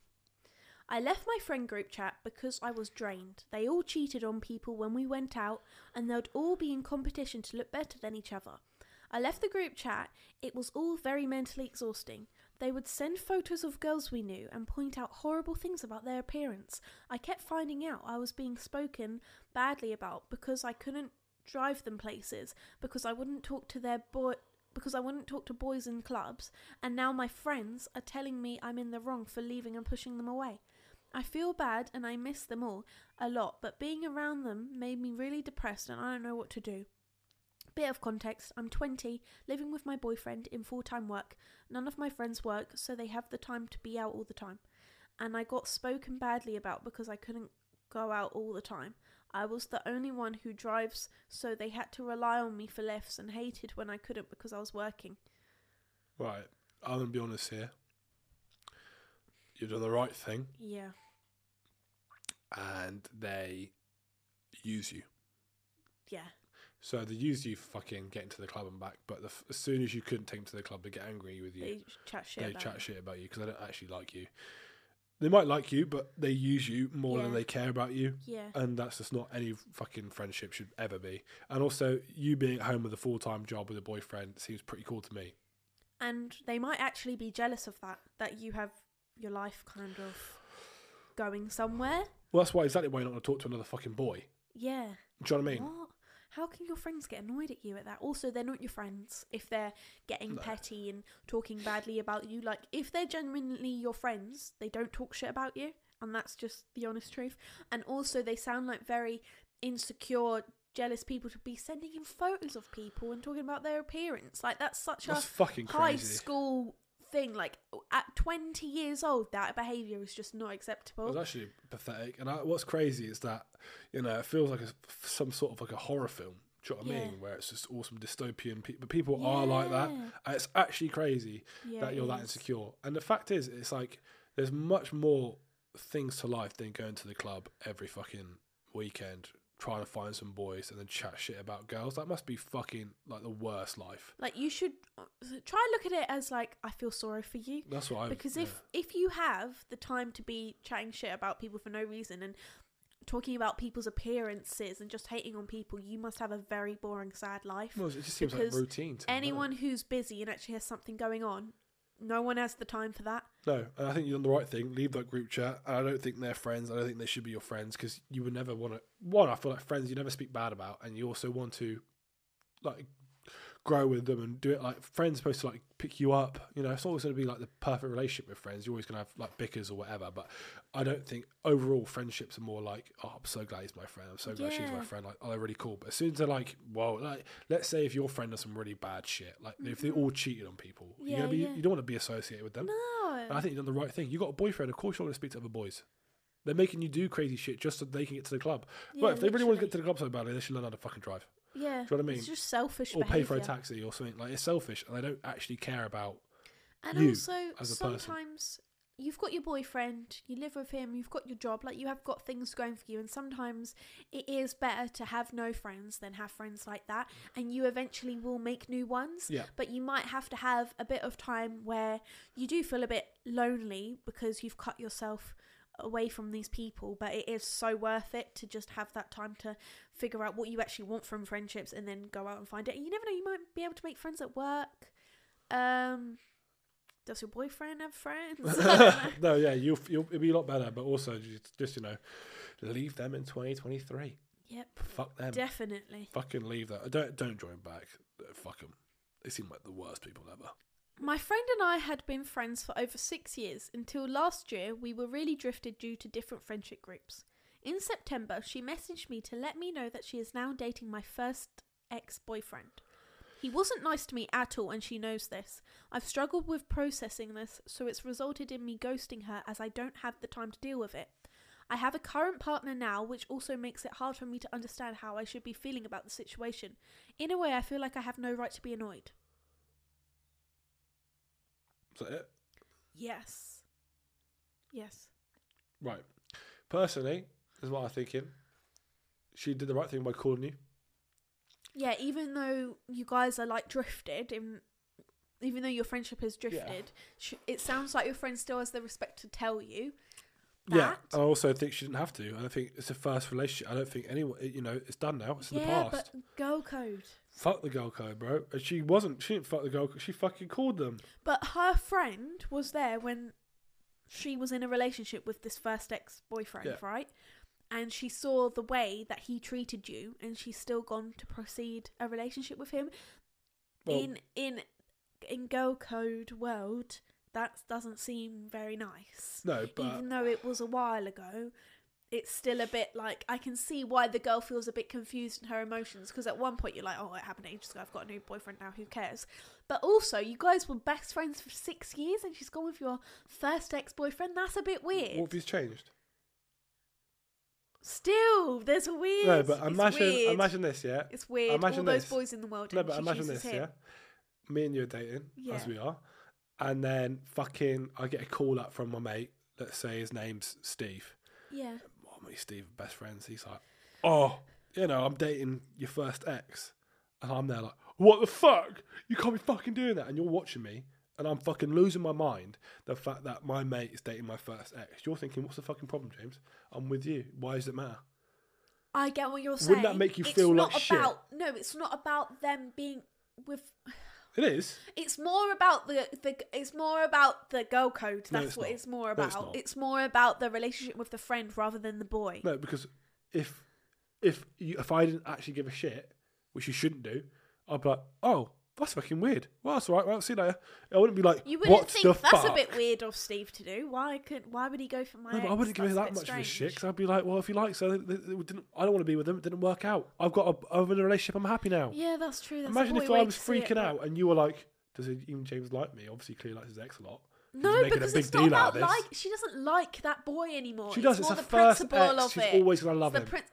A: I left my friend group chat because I was drained. They all cheated on people when we went out, and they'd all be in competition to look better than each other. I left the group chat. It was all very mentally exhausting. They would send photos of girls we knew and point out horrible things about their appearance. I kept finding out I was being spoken badly about because I couldn't drive them places, because I wouldn't talk to their boy, because I wouldn't talk to boys in clubs, and now my friends are telling me I'm in the wrong for leaving and pushing them away. I feel bad and I miss them all a lot, but being around them made me really depressed and I don't know what to do. Bit of context I'm 20, living with my boyfriend in full time work. None of my friends work, so they have the time to be out all the time. And I got spoken badly about because I couldn't go out all the time. I was the only one who drives, so they had to rely on me for lifts and hated when I couldn't because I was working.
B: Right. I'm gonna be honest here. You've done the right thing,
A: Yeah.
B: and they use you.
A: Yeah.
B: So they used you for fucking getting to the club and back. But the, f- as soon as you couldn't take them to the club, they get angry with you.
A: They chat shit.
B: they
A: about
B: chat
A: it.
B: shit about you because they don't actually like you. They might like you, but they use you more than
A: Yeah.
B: they care about you,
A: Yeah.
B: and that's just not any fucking friendship should ever be. And also, you being at home with a full time job with a boyfriend seems pretty cool to me.
A: And they might actually be jealous of that, that you have your life kind of going somewhere.
B: Well, that's why exactly why you're not going to talk to another fucking boy.
A: Yeah.
B: Do you know what I mean?
A: What? How can your friends get annoyed at you at that? Also, they're not your friends if they're getting
B: No.
A: petty and talking badly about you. Like, if they're genuinely your friends, they don't talk shit about you. And that's just the honest truth. And also, they sound like very insecure, jealous people to be sending in photos of people and talking about their appearance. Like, that's such
B: That's
A: a
B: fucking
A: high
B: crazy.
A: school thing. Like, at 20 years old, that behaviour is just not acceptable.
B: It was actually pathetic. And I, what's crazy is that you know it feels like a, some sort of like a horror film. Do you know what I
A: Yeah.
B: mean? Where it's just awesome dystopian, pe- but people are like that.
A: Yeah.
B: And it's actually crazy
A: Yeah,
B: that
A: it
B: you're that
A: is.
B: insecure. And the fact is, it's like there's much more things to life than going to the club every fucking weekend, trying to find some boys and then chat shit about girls. That must be fucking like the worst life.
A: Like you should uh, try and look at it as like I feel sorry for you
B: That's what I
A: because
B: Oh, yeah.
A: if if you have the time to be chatting shit about people for no reason and talking about people's appearances and just hating on people, you must have a very boring, sad life.
B: Well, it just seems like
A: because
B: routine. To me, doesn't it?
A: Anyone who's busy and actually has something going on, no one has the time for that.
B: No, and I think you've done the right thing. Leave that group chat. And I don't think they're friends. I don't think they should be your friends because you would never want to. One, I feel like friends you never speak bad about, and you also want to like grow with them and do it like friends are supposed to like pick you up. You know, it's always going to be like the perfect relationship with friends. You're always going to have like bickers or whatever. But I don't think overall friendships are more like, oh, I'm so glad he's my friend. I'm so glad she's my
A: Yeah.
B: friend. Like, oh, they're really cool. But as soon as they're like, well, like let's say if your friend does some really bad shit, like if they all cheated on people, you're
A: Yeah,
B: gonna be,
A: yeah.
B: you don't want to be associated with them.
A: No.
B: And I think you've done the right thing. You got a boyfriend, of course you're going to speak to other boys. They're making you do crazy shit just so they can get to the club. Right,
A: Yeah,
B: if they really want to
A: literally.
B: get to the club so badly, they should learn how to fucking drive
A: yeah.
B: Do you know what I mean?
A: It's just selfish
B: or pay for a
A: behaviour.
B: taxi or something. Like it's selfish, and they don't actually care about.
A: And
B: you
A: also,
B: as a person.
A: sometimes you've got your boyfriend, you live with him, you've got your job, like you have got things going for you. And sometimes it is better to have no friends than have friends like that. And you eventually will make new ones.
B: Yeah.
A: But you might have to have a bit of time where you do feel a bit lonely because you've cut yourself away from these people but it is so worth it to just have that time to figure out what you actually want from friendships and then go out and find it and you never know you might be able to make friends at work um, does your boyfriend have friends? I don't know.
B: no, yeah, you'll, you'll it'll be a lot better, but also just, just you know, leave them in twenty twenty three.
A: yep,
B: Fuck them.
A: definitely.
B: fucking leave that. Don't don't join back. Fuck them. They seem like the worst people ever.
A: My friend and I had been friends for over six years until last year we were really drifted due to different friendship groups. In September, she messaged me to let me know that she is now dating my first ex boyfriend. He wasn't nice to me at all, and she knows this. I've struggled with processing this, so it's resulted in me ghosting her as I don't have the time to deal with it. I have a current partner now, which also makes it hard for me to understand how I should be feeling about the situation. In a way, I feel like I have no right to be annoyed.
B: Is that it?
A: Yes. Yes.
B: Right. Personally, is what I'm thinking. She did the right thing by calling you.
A: Yeah, even though you guys are like drifted in even though your friendship has drifted, sh it sounds like your friend still has the respect to tell you
B: Yeah. oh,
A: that.
B: I also think she didn't have to. I don't think it's a first relationship. I don't think anyone, you know, it's done now. It's in the
A: yeah,
B: past.
A: but girl code.
B: Fuck the girl code, bro. And she wasn't. She didn't fuck the girl code. She fucking called them.
A: But her friend was there when she was in a relationship with this first ex boyfriend,
B: Yeah.
A: right? And she saw the way that he treated you, and she's still gone to proceed a relationship with him.
B: Well,
A: in in in girl code world, that doesn't seem very nice.
B: no, but
A: Even though it was a while ago, it's still a bit like I can see why the girl feels a bit confused in her emotions because at one point you're like, oh, it happened ages ago. I've got a new boyfriend now. Who cares? But also, you guys were best friends for six years, and she's gone with your first ex-boyfriend. That's a bit weird.
B: what if he's changed?
A: Still, there's a weird.
B: No, but
A: it's
B: imagine,
A: weird.
B: imagine this, yeah.
A: It's weird.
B: imagine
A: All those
B: this.
A: boys in the world.
B: No,
A: and
B: but
A: she
B: imagine
A: chooses
B: this,
A: him.
B: yeah. Me and you are dating, as
A: Yeah.
B: we are, and then fucking, I get a call up from my mate. Let's say his name's Steve.
A: Yeah.
B: Oh, me, and Steve, are best friends. He's like, oh, you know, I'm dating your first ex, and I'm there like, what the fuck? You can't be fucking doing that, and you're watching me. And I'm fucking losing my mind. The fact that my mate is dating my first ex. You're thinking, what's the fucking problem, James? I'm with you. Why does it matter?
A: I get what you're saying.
B: Wouldn't that make you
A: It's
B: feel
A: not
B: like shit?
A: about, No, it's not about them being with.
B: It is.
A: It's more about the the. It's more about the girl code. That's
B: No, it's
A: what
B: not.
A: it's more
B: No,
A: about.
B: it's not.
A: it's more about the relationship with the friend rather than the boy.
B: No, because if if you, if I didn't actually give a shit, which you shouldn't do, I'd be like, oh, that's fucking weird. Well, that's all right. Well, see you later. I wouldn't be like,
A: You wouldn't
B: what the
A: think that's
B: fuck?
A: a bit weird of Steve to do. Why could? Why would he go for my?
B: No, but I
A: ex?
B: wouldn't give it
A: That's
B: that
A: bit
B: much of a shit.
A: strange.
B: 'cause I'd be like, well, if he likes, her, th- th- it didn't, I don't want to be with him. It didn't work out. I've got a, I'm in a relationship. I'm happy now.
A: Yeah, that's true. That's a
B: Imagine
A: boy
B: if
A: way
B: I
A: to
B: was
A: see it,
B: freaking
A: but-
B: out and you were like, does he, even James like me? Obviously, he clearly likes his ex a lot.
A: No,
B: He's making
A: because
B: a big
A: it's not
B: deal out
A: about
B: of this.
A: like she doesn't like that boy anymore.
B: she does.
A: It's,
B: It's,
A: more
B: her
A: the
B: first
A: principle
B: ex.
A: of
B: She's
A: it.
B: always gonna love
A: It's the
B: him.
A: prin-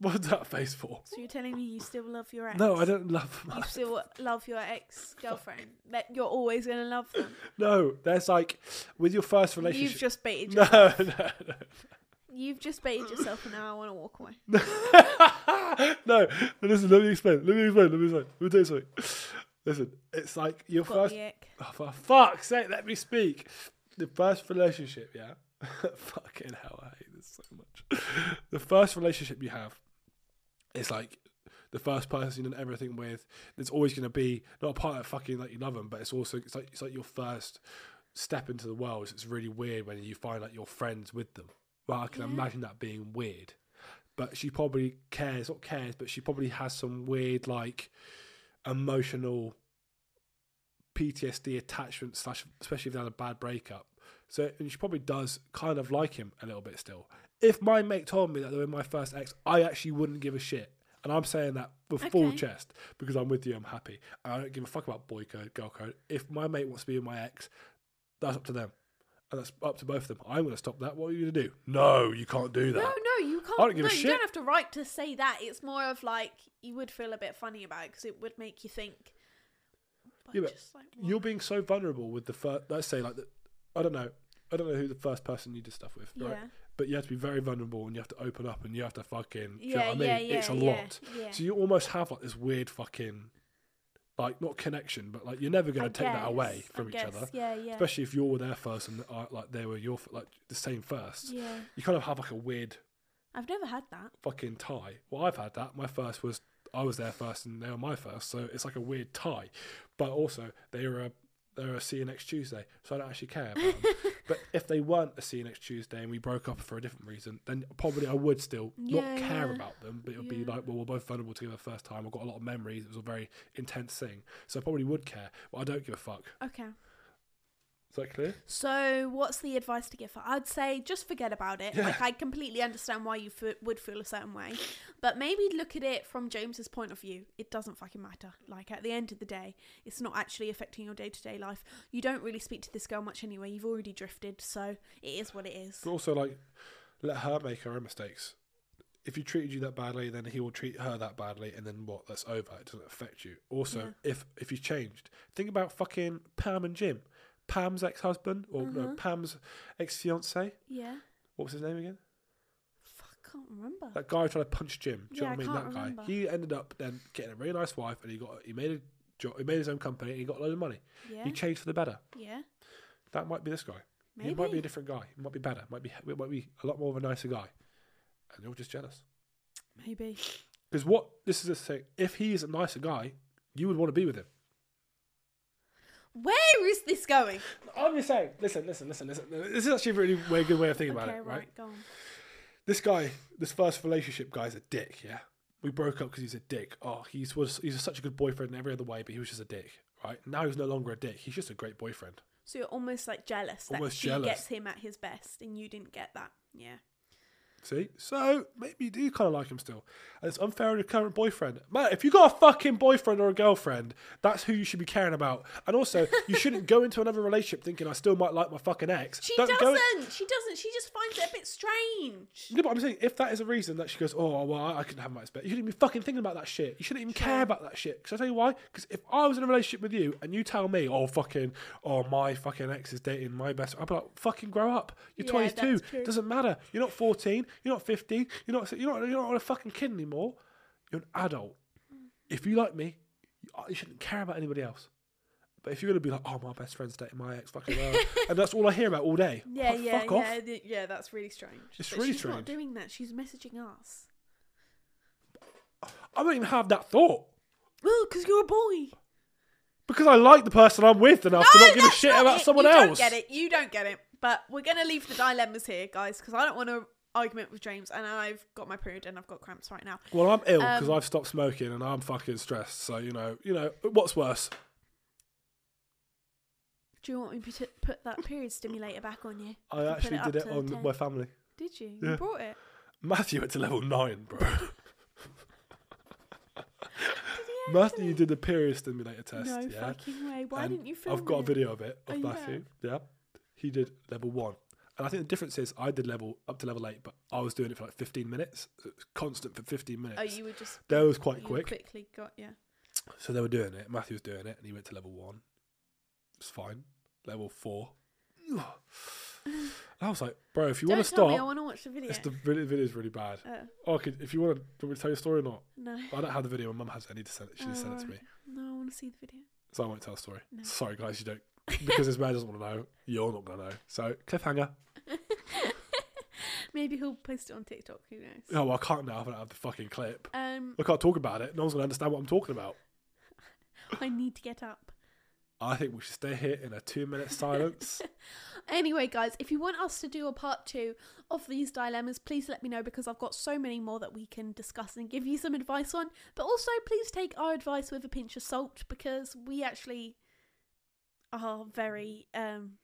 B: What's that face for?
A: so you're telling me you still love your ex?
B: No, I don't love.
A: you
B: My,
A: still love your ex girlfriend. That you're always gonna love them.
B: no, there's like with your first
A: You've
B: relationship.
A: just baited.
B: No,
A: Your-
B: no, no.
A: You've just baited yourself, and now I want to walk away.
B: no, no, listen, let me explain. Let me explain. Let me explain. Let me tell you something. Listen, it's like your
A: Got
B: first.
A: the ick.
B: Oh, for fuck's sake, let me speak. The first relationship, yeah? Fucking hell, I hate this so much. The first relationship you have is like the first person and everything with. There's always going to be not a part of fucking that you love them, but it's also it's like it's like your first step into the world. So it's really weird when you find like you're friends with them. Well, I can
A: Yeah.
B: imagine that being weird. But she probably cares, not cares, but she probably has some weird like emotional PTSD attachment slash especially if they had a bad breakup. So and she probably does kind of like him a little bit still. If my mate told me that they were my first ex, I actually wouldn't give a shit. And I'm saying that with full
A: Okay.
B: chest because I'm with you, I'm happy. And I don't give a fuck about boy code, girl code. If my mate wants to be with my ex, that's up to them. And that's up to both of them. I'm going to stop that. What are you going to do? No, you can't do that.
A: No, no, you can't.
B: don't give
A: no,
B: a
A: you
B: shit.
A: don't have to right to say that. It's more of like you would feel a bit funny about it because it would make you think. But
B: Yeah, but
A: just like,
B: You're being so vulnerable with the first, let's say, like, the, I don't know. I don't know who the first person you did stuff with,
A: yeah,
B: right? But you have to be very vulnerable and you have to open up and you have to fucking, do you know
A: yeah,
B: what I mean?
A: yeah, yeah,
B: it's a
A: yeah,
B: lot.
A: Yeah.
B: So you almost have like this weird fucking, like, not connection, but like, you're never
A: I
B: going to take that
A: guess,
B: away
A: I
B: from each
A: guess,
B: other.
A: Yeah, yeah,
B: Especially if you're there first and uh, like they were your, f- like, the same first.
A: yeah.
B: You kind of have like a weird
A: I've never had that.
B: fucking tie. Well, I've had that. My first was I was there first, and they were my first, so it's like a weird tie. But also, they were a they were a see you next Tuesday, so I don't actually care. About them. but if they weren't a see you next Tuesday and we broke up for a different reason, then probably I would still not
A: Yeah,
B: care
A: yeah.
B: about them. But it would be
A: Yeah.
B: like, well, we're both vulnerable together the first time. I've got a lot of memories. It was a very intense thing, so I probably would care. But I don't give a fuck.
A: Okay.
B: Is that clear?
A: So, what's the advice to give her? I'd say just forget about it.
B: Yeah.
A: Like, I completely understand why you f- would feel a certain way, but maybe look at it from James's point of view. It doesn't fucking matter. Like, at the end of the day, it's not actually affecting your day to day life. You don't really speak to this girl much anyway. You've already drifted, so it is what it is.
B: But also, like, let her make her own mistakes. If he treated you that badly, then he will treat her that badly, and then what? That's over. It doesn't affect you. Also, if if he's changed, think about fucking Pam and Jim. Pam's ex husband, or no,
A: Uh-huh.
B: Pam's ex fiance.
A: Yeah.
B: What was his name again?
A: Fuck, can't remember.
B: That guy who tried to punch Jim. Do you
A: Yeah,
B: know what I mean?
A: I
B: That
A: can't
B: guy.
A: remember.
B: He ended up then getting a really nice wife, and he got he made a job, he made his own company, and he got a load of money.
A: yeah.
B: He changed for the better.
A: yeah.
B: That might be this guy.
A: Maybe.
B: He might be a different guy. He might be better. Might be might be a lot more of a nicer guy. And you're just jealous.
A: maybe.
B: Because what this is a thing. If he is a nicer guy, you would want to be with him.
A: Where is this going?
B: I'm just saying. Listen, listen, listen, listen. This is actually a really way, good way of thinking about
A: okay,
B: it, right?
A: right, go on.
B: This guy, this first relationship guy's a dick. Yeah, we broke up because he's a dick. Oh, he's was he's such a good boyfriend in every other way, but he was just a dick. Right now, he's no longer a dick. He's just a great boyfriend.
A: So you're almost like jealous that
B: Almost
A: she
B: jealous.
A: gets him at his best and you didn't get that. Yeah.
B: See, so maybe you do kind of like him still. And it's unfair on your current boyfriend. Man, if you got a fucking boyfriend or a girlfriend, that's who you should be caring about. And also, you shouldn't go into another relationship thinking I still might like my fucking ex.
A: She
B: Don't go-
A: doesn't. She doesn't. She just finds it a bit strange.
B: No, but I'm saying if that is a reason that she goes, oh well, I I couldn't have my ex, back," you shouldn't even be fucking thinking about that shit. You shouldn't even care about that shit. Because I tell you why? Because if I was in a relationship with you and you tell me, oh fucking, oh my fucking ex is dating my best, I'd be like, fucking grow up. You're
A: Yeah,
B: 22.
A: that's true.
B: Doesn't matter. You're not 14. You're not 15. You're not. You're not. You're not a fucking kid anymore. You're an adult.
A: Mm-hmm.
B: If you like me, you, you shouldn't care about anybody else. But if you're gonna be like, oh my best friend's dating my ex, fucking, well," and that's all I hear about all day.
A: Yeah,
B: like,
A: yeah,
B: fuck
A: yeah,
B: off.
A: th- yeah. That's really strange.
B: It's
A: But
B: really
A: she's
B: strange.
A: not doing that. She's messaging us.
B: I don't even have that thought.
A: Well, because you're a boy.
B: Because I like the person I'm with enough to not give a
A: that's
B: shit
A: not
B: about
A: it.
B: someone
A: you
B: else.
A: Don't get it. You don't get it. But we're gonna leave the dilemmas here, guys, because I don't want to argument with James, and I've got my period and I've got cramps right now.
B: Well, I'm ill because
A: Um,
B: I've stopped smoking and I'm fucking stressed. So you know, you know what's worse?
A: Do you want me to put that period stimulator back on you?
B: I
A: put
B: actually
A: it up
B: did it
A: to
B: on
A: 10.
B: my family.
A: Did you?
B: Yeah.
A: You brought it.
B: Matthew, it's level nine, bro.
A: Did he
B: Matthew, you
A: actually?
B: did the period stimulator test.
A: No
B: yeah,
A: fucking way. Why
B: And
A: didn't you film
B: I've got a
A: it?
B: video of it
A: Oh,
B: of
A: you
B: Matthew. Yeah, he did level one, and I think the difference is I did level up to level eight, but I was doing it for like 15 minutes. It was constant for 15 minutes.
A: Oh, you were just
B: That was quite
A: you
B: quick.
A: Quickly got yeah.
B: So they were doing it. Matthew was doing it, and he went to level one. It's fine. Level four. And I was like, bro, if you want
A: Don't
B: to
A: tell me. I
B: stop,
A: want to watch the video.
B: it's the video video's really bad.
A: Oh,
B: Oh, okay, if you want to, do you want me to tell your story or not?
A: no.
B: I don't have the video. My mum has it. I need to send it. She just
A: Oh,
B: sent it to me,
A: alright. No, I want to see the video.
B: so I won't tell the story.
A: No.
B: Sorry, guys, you don't because this man doesn't want to know. You're not gonna know. So cliffhanger.
A: Maybe he'll post it on TikTok. Who knows?
B: Oh, well, I can't now. I don't have the fucking clip.
A: Um,
B: I can't talk about it. No one's gonna understand what I'm talking about.
A: I need to get up.
B: I think we should stay here in a two-minute silence.
A: Anyway, guys, if you want us to do a part two of these dilemmas, please let me know because I've got so many more that we can discuss and give you some advice on. But also, please take our advice with a pinch of salt because we actually are very um,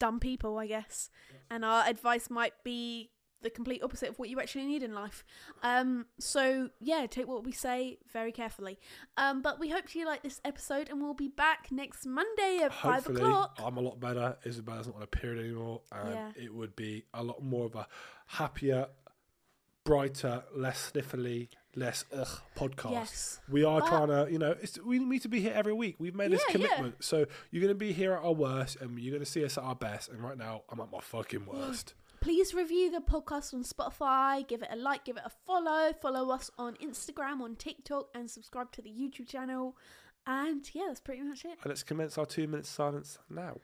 A: dumb people, I guess. And our advice might be the complete opposite of what you actually need in life. Um, so, yeah, take what we say very carefully. Um, but we hope you like this episode and we'll be back next Monday at 5
B: Hopefully,
A: o'clock.
B: I'm a lot better. Isabella's not on a period anymore, and
A: Yeah.
B: it would be a lot more of a happier, brighter, less sniffly, less ugh podcast.
A: Yes.
B: We are
A: But-
B: trying to, you know, it's, we need to be here every week. We've made this
A: Yeah, yeah.
B: commitment. So you're going to be here at our worst, and you're going to see us at our best. And right now, I'm at my fucking worst.
A: Please review the podcast on Spotify, give it a like, give it a follow, follow us on Instagram, on TikTok, and subscribe to the YouTube channel. And yeah, that's pretty much it.
B: And let's commence our two minutes silence now.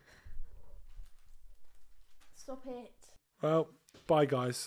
A: Stop it.
B: Well, bye, guys.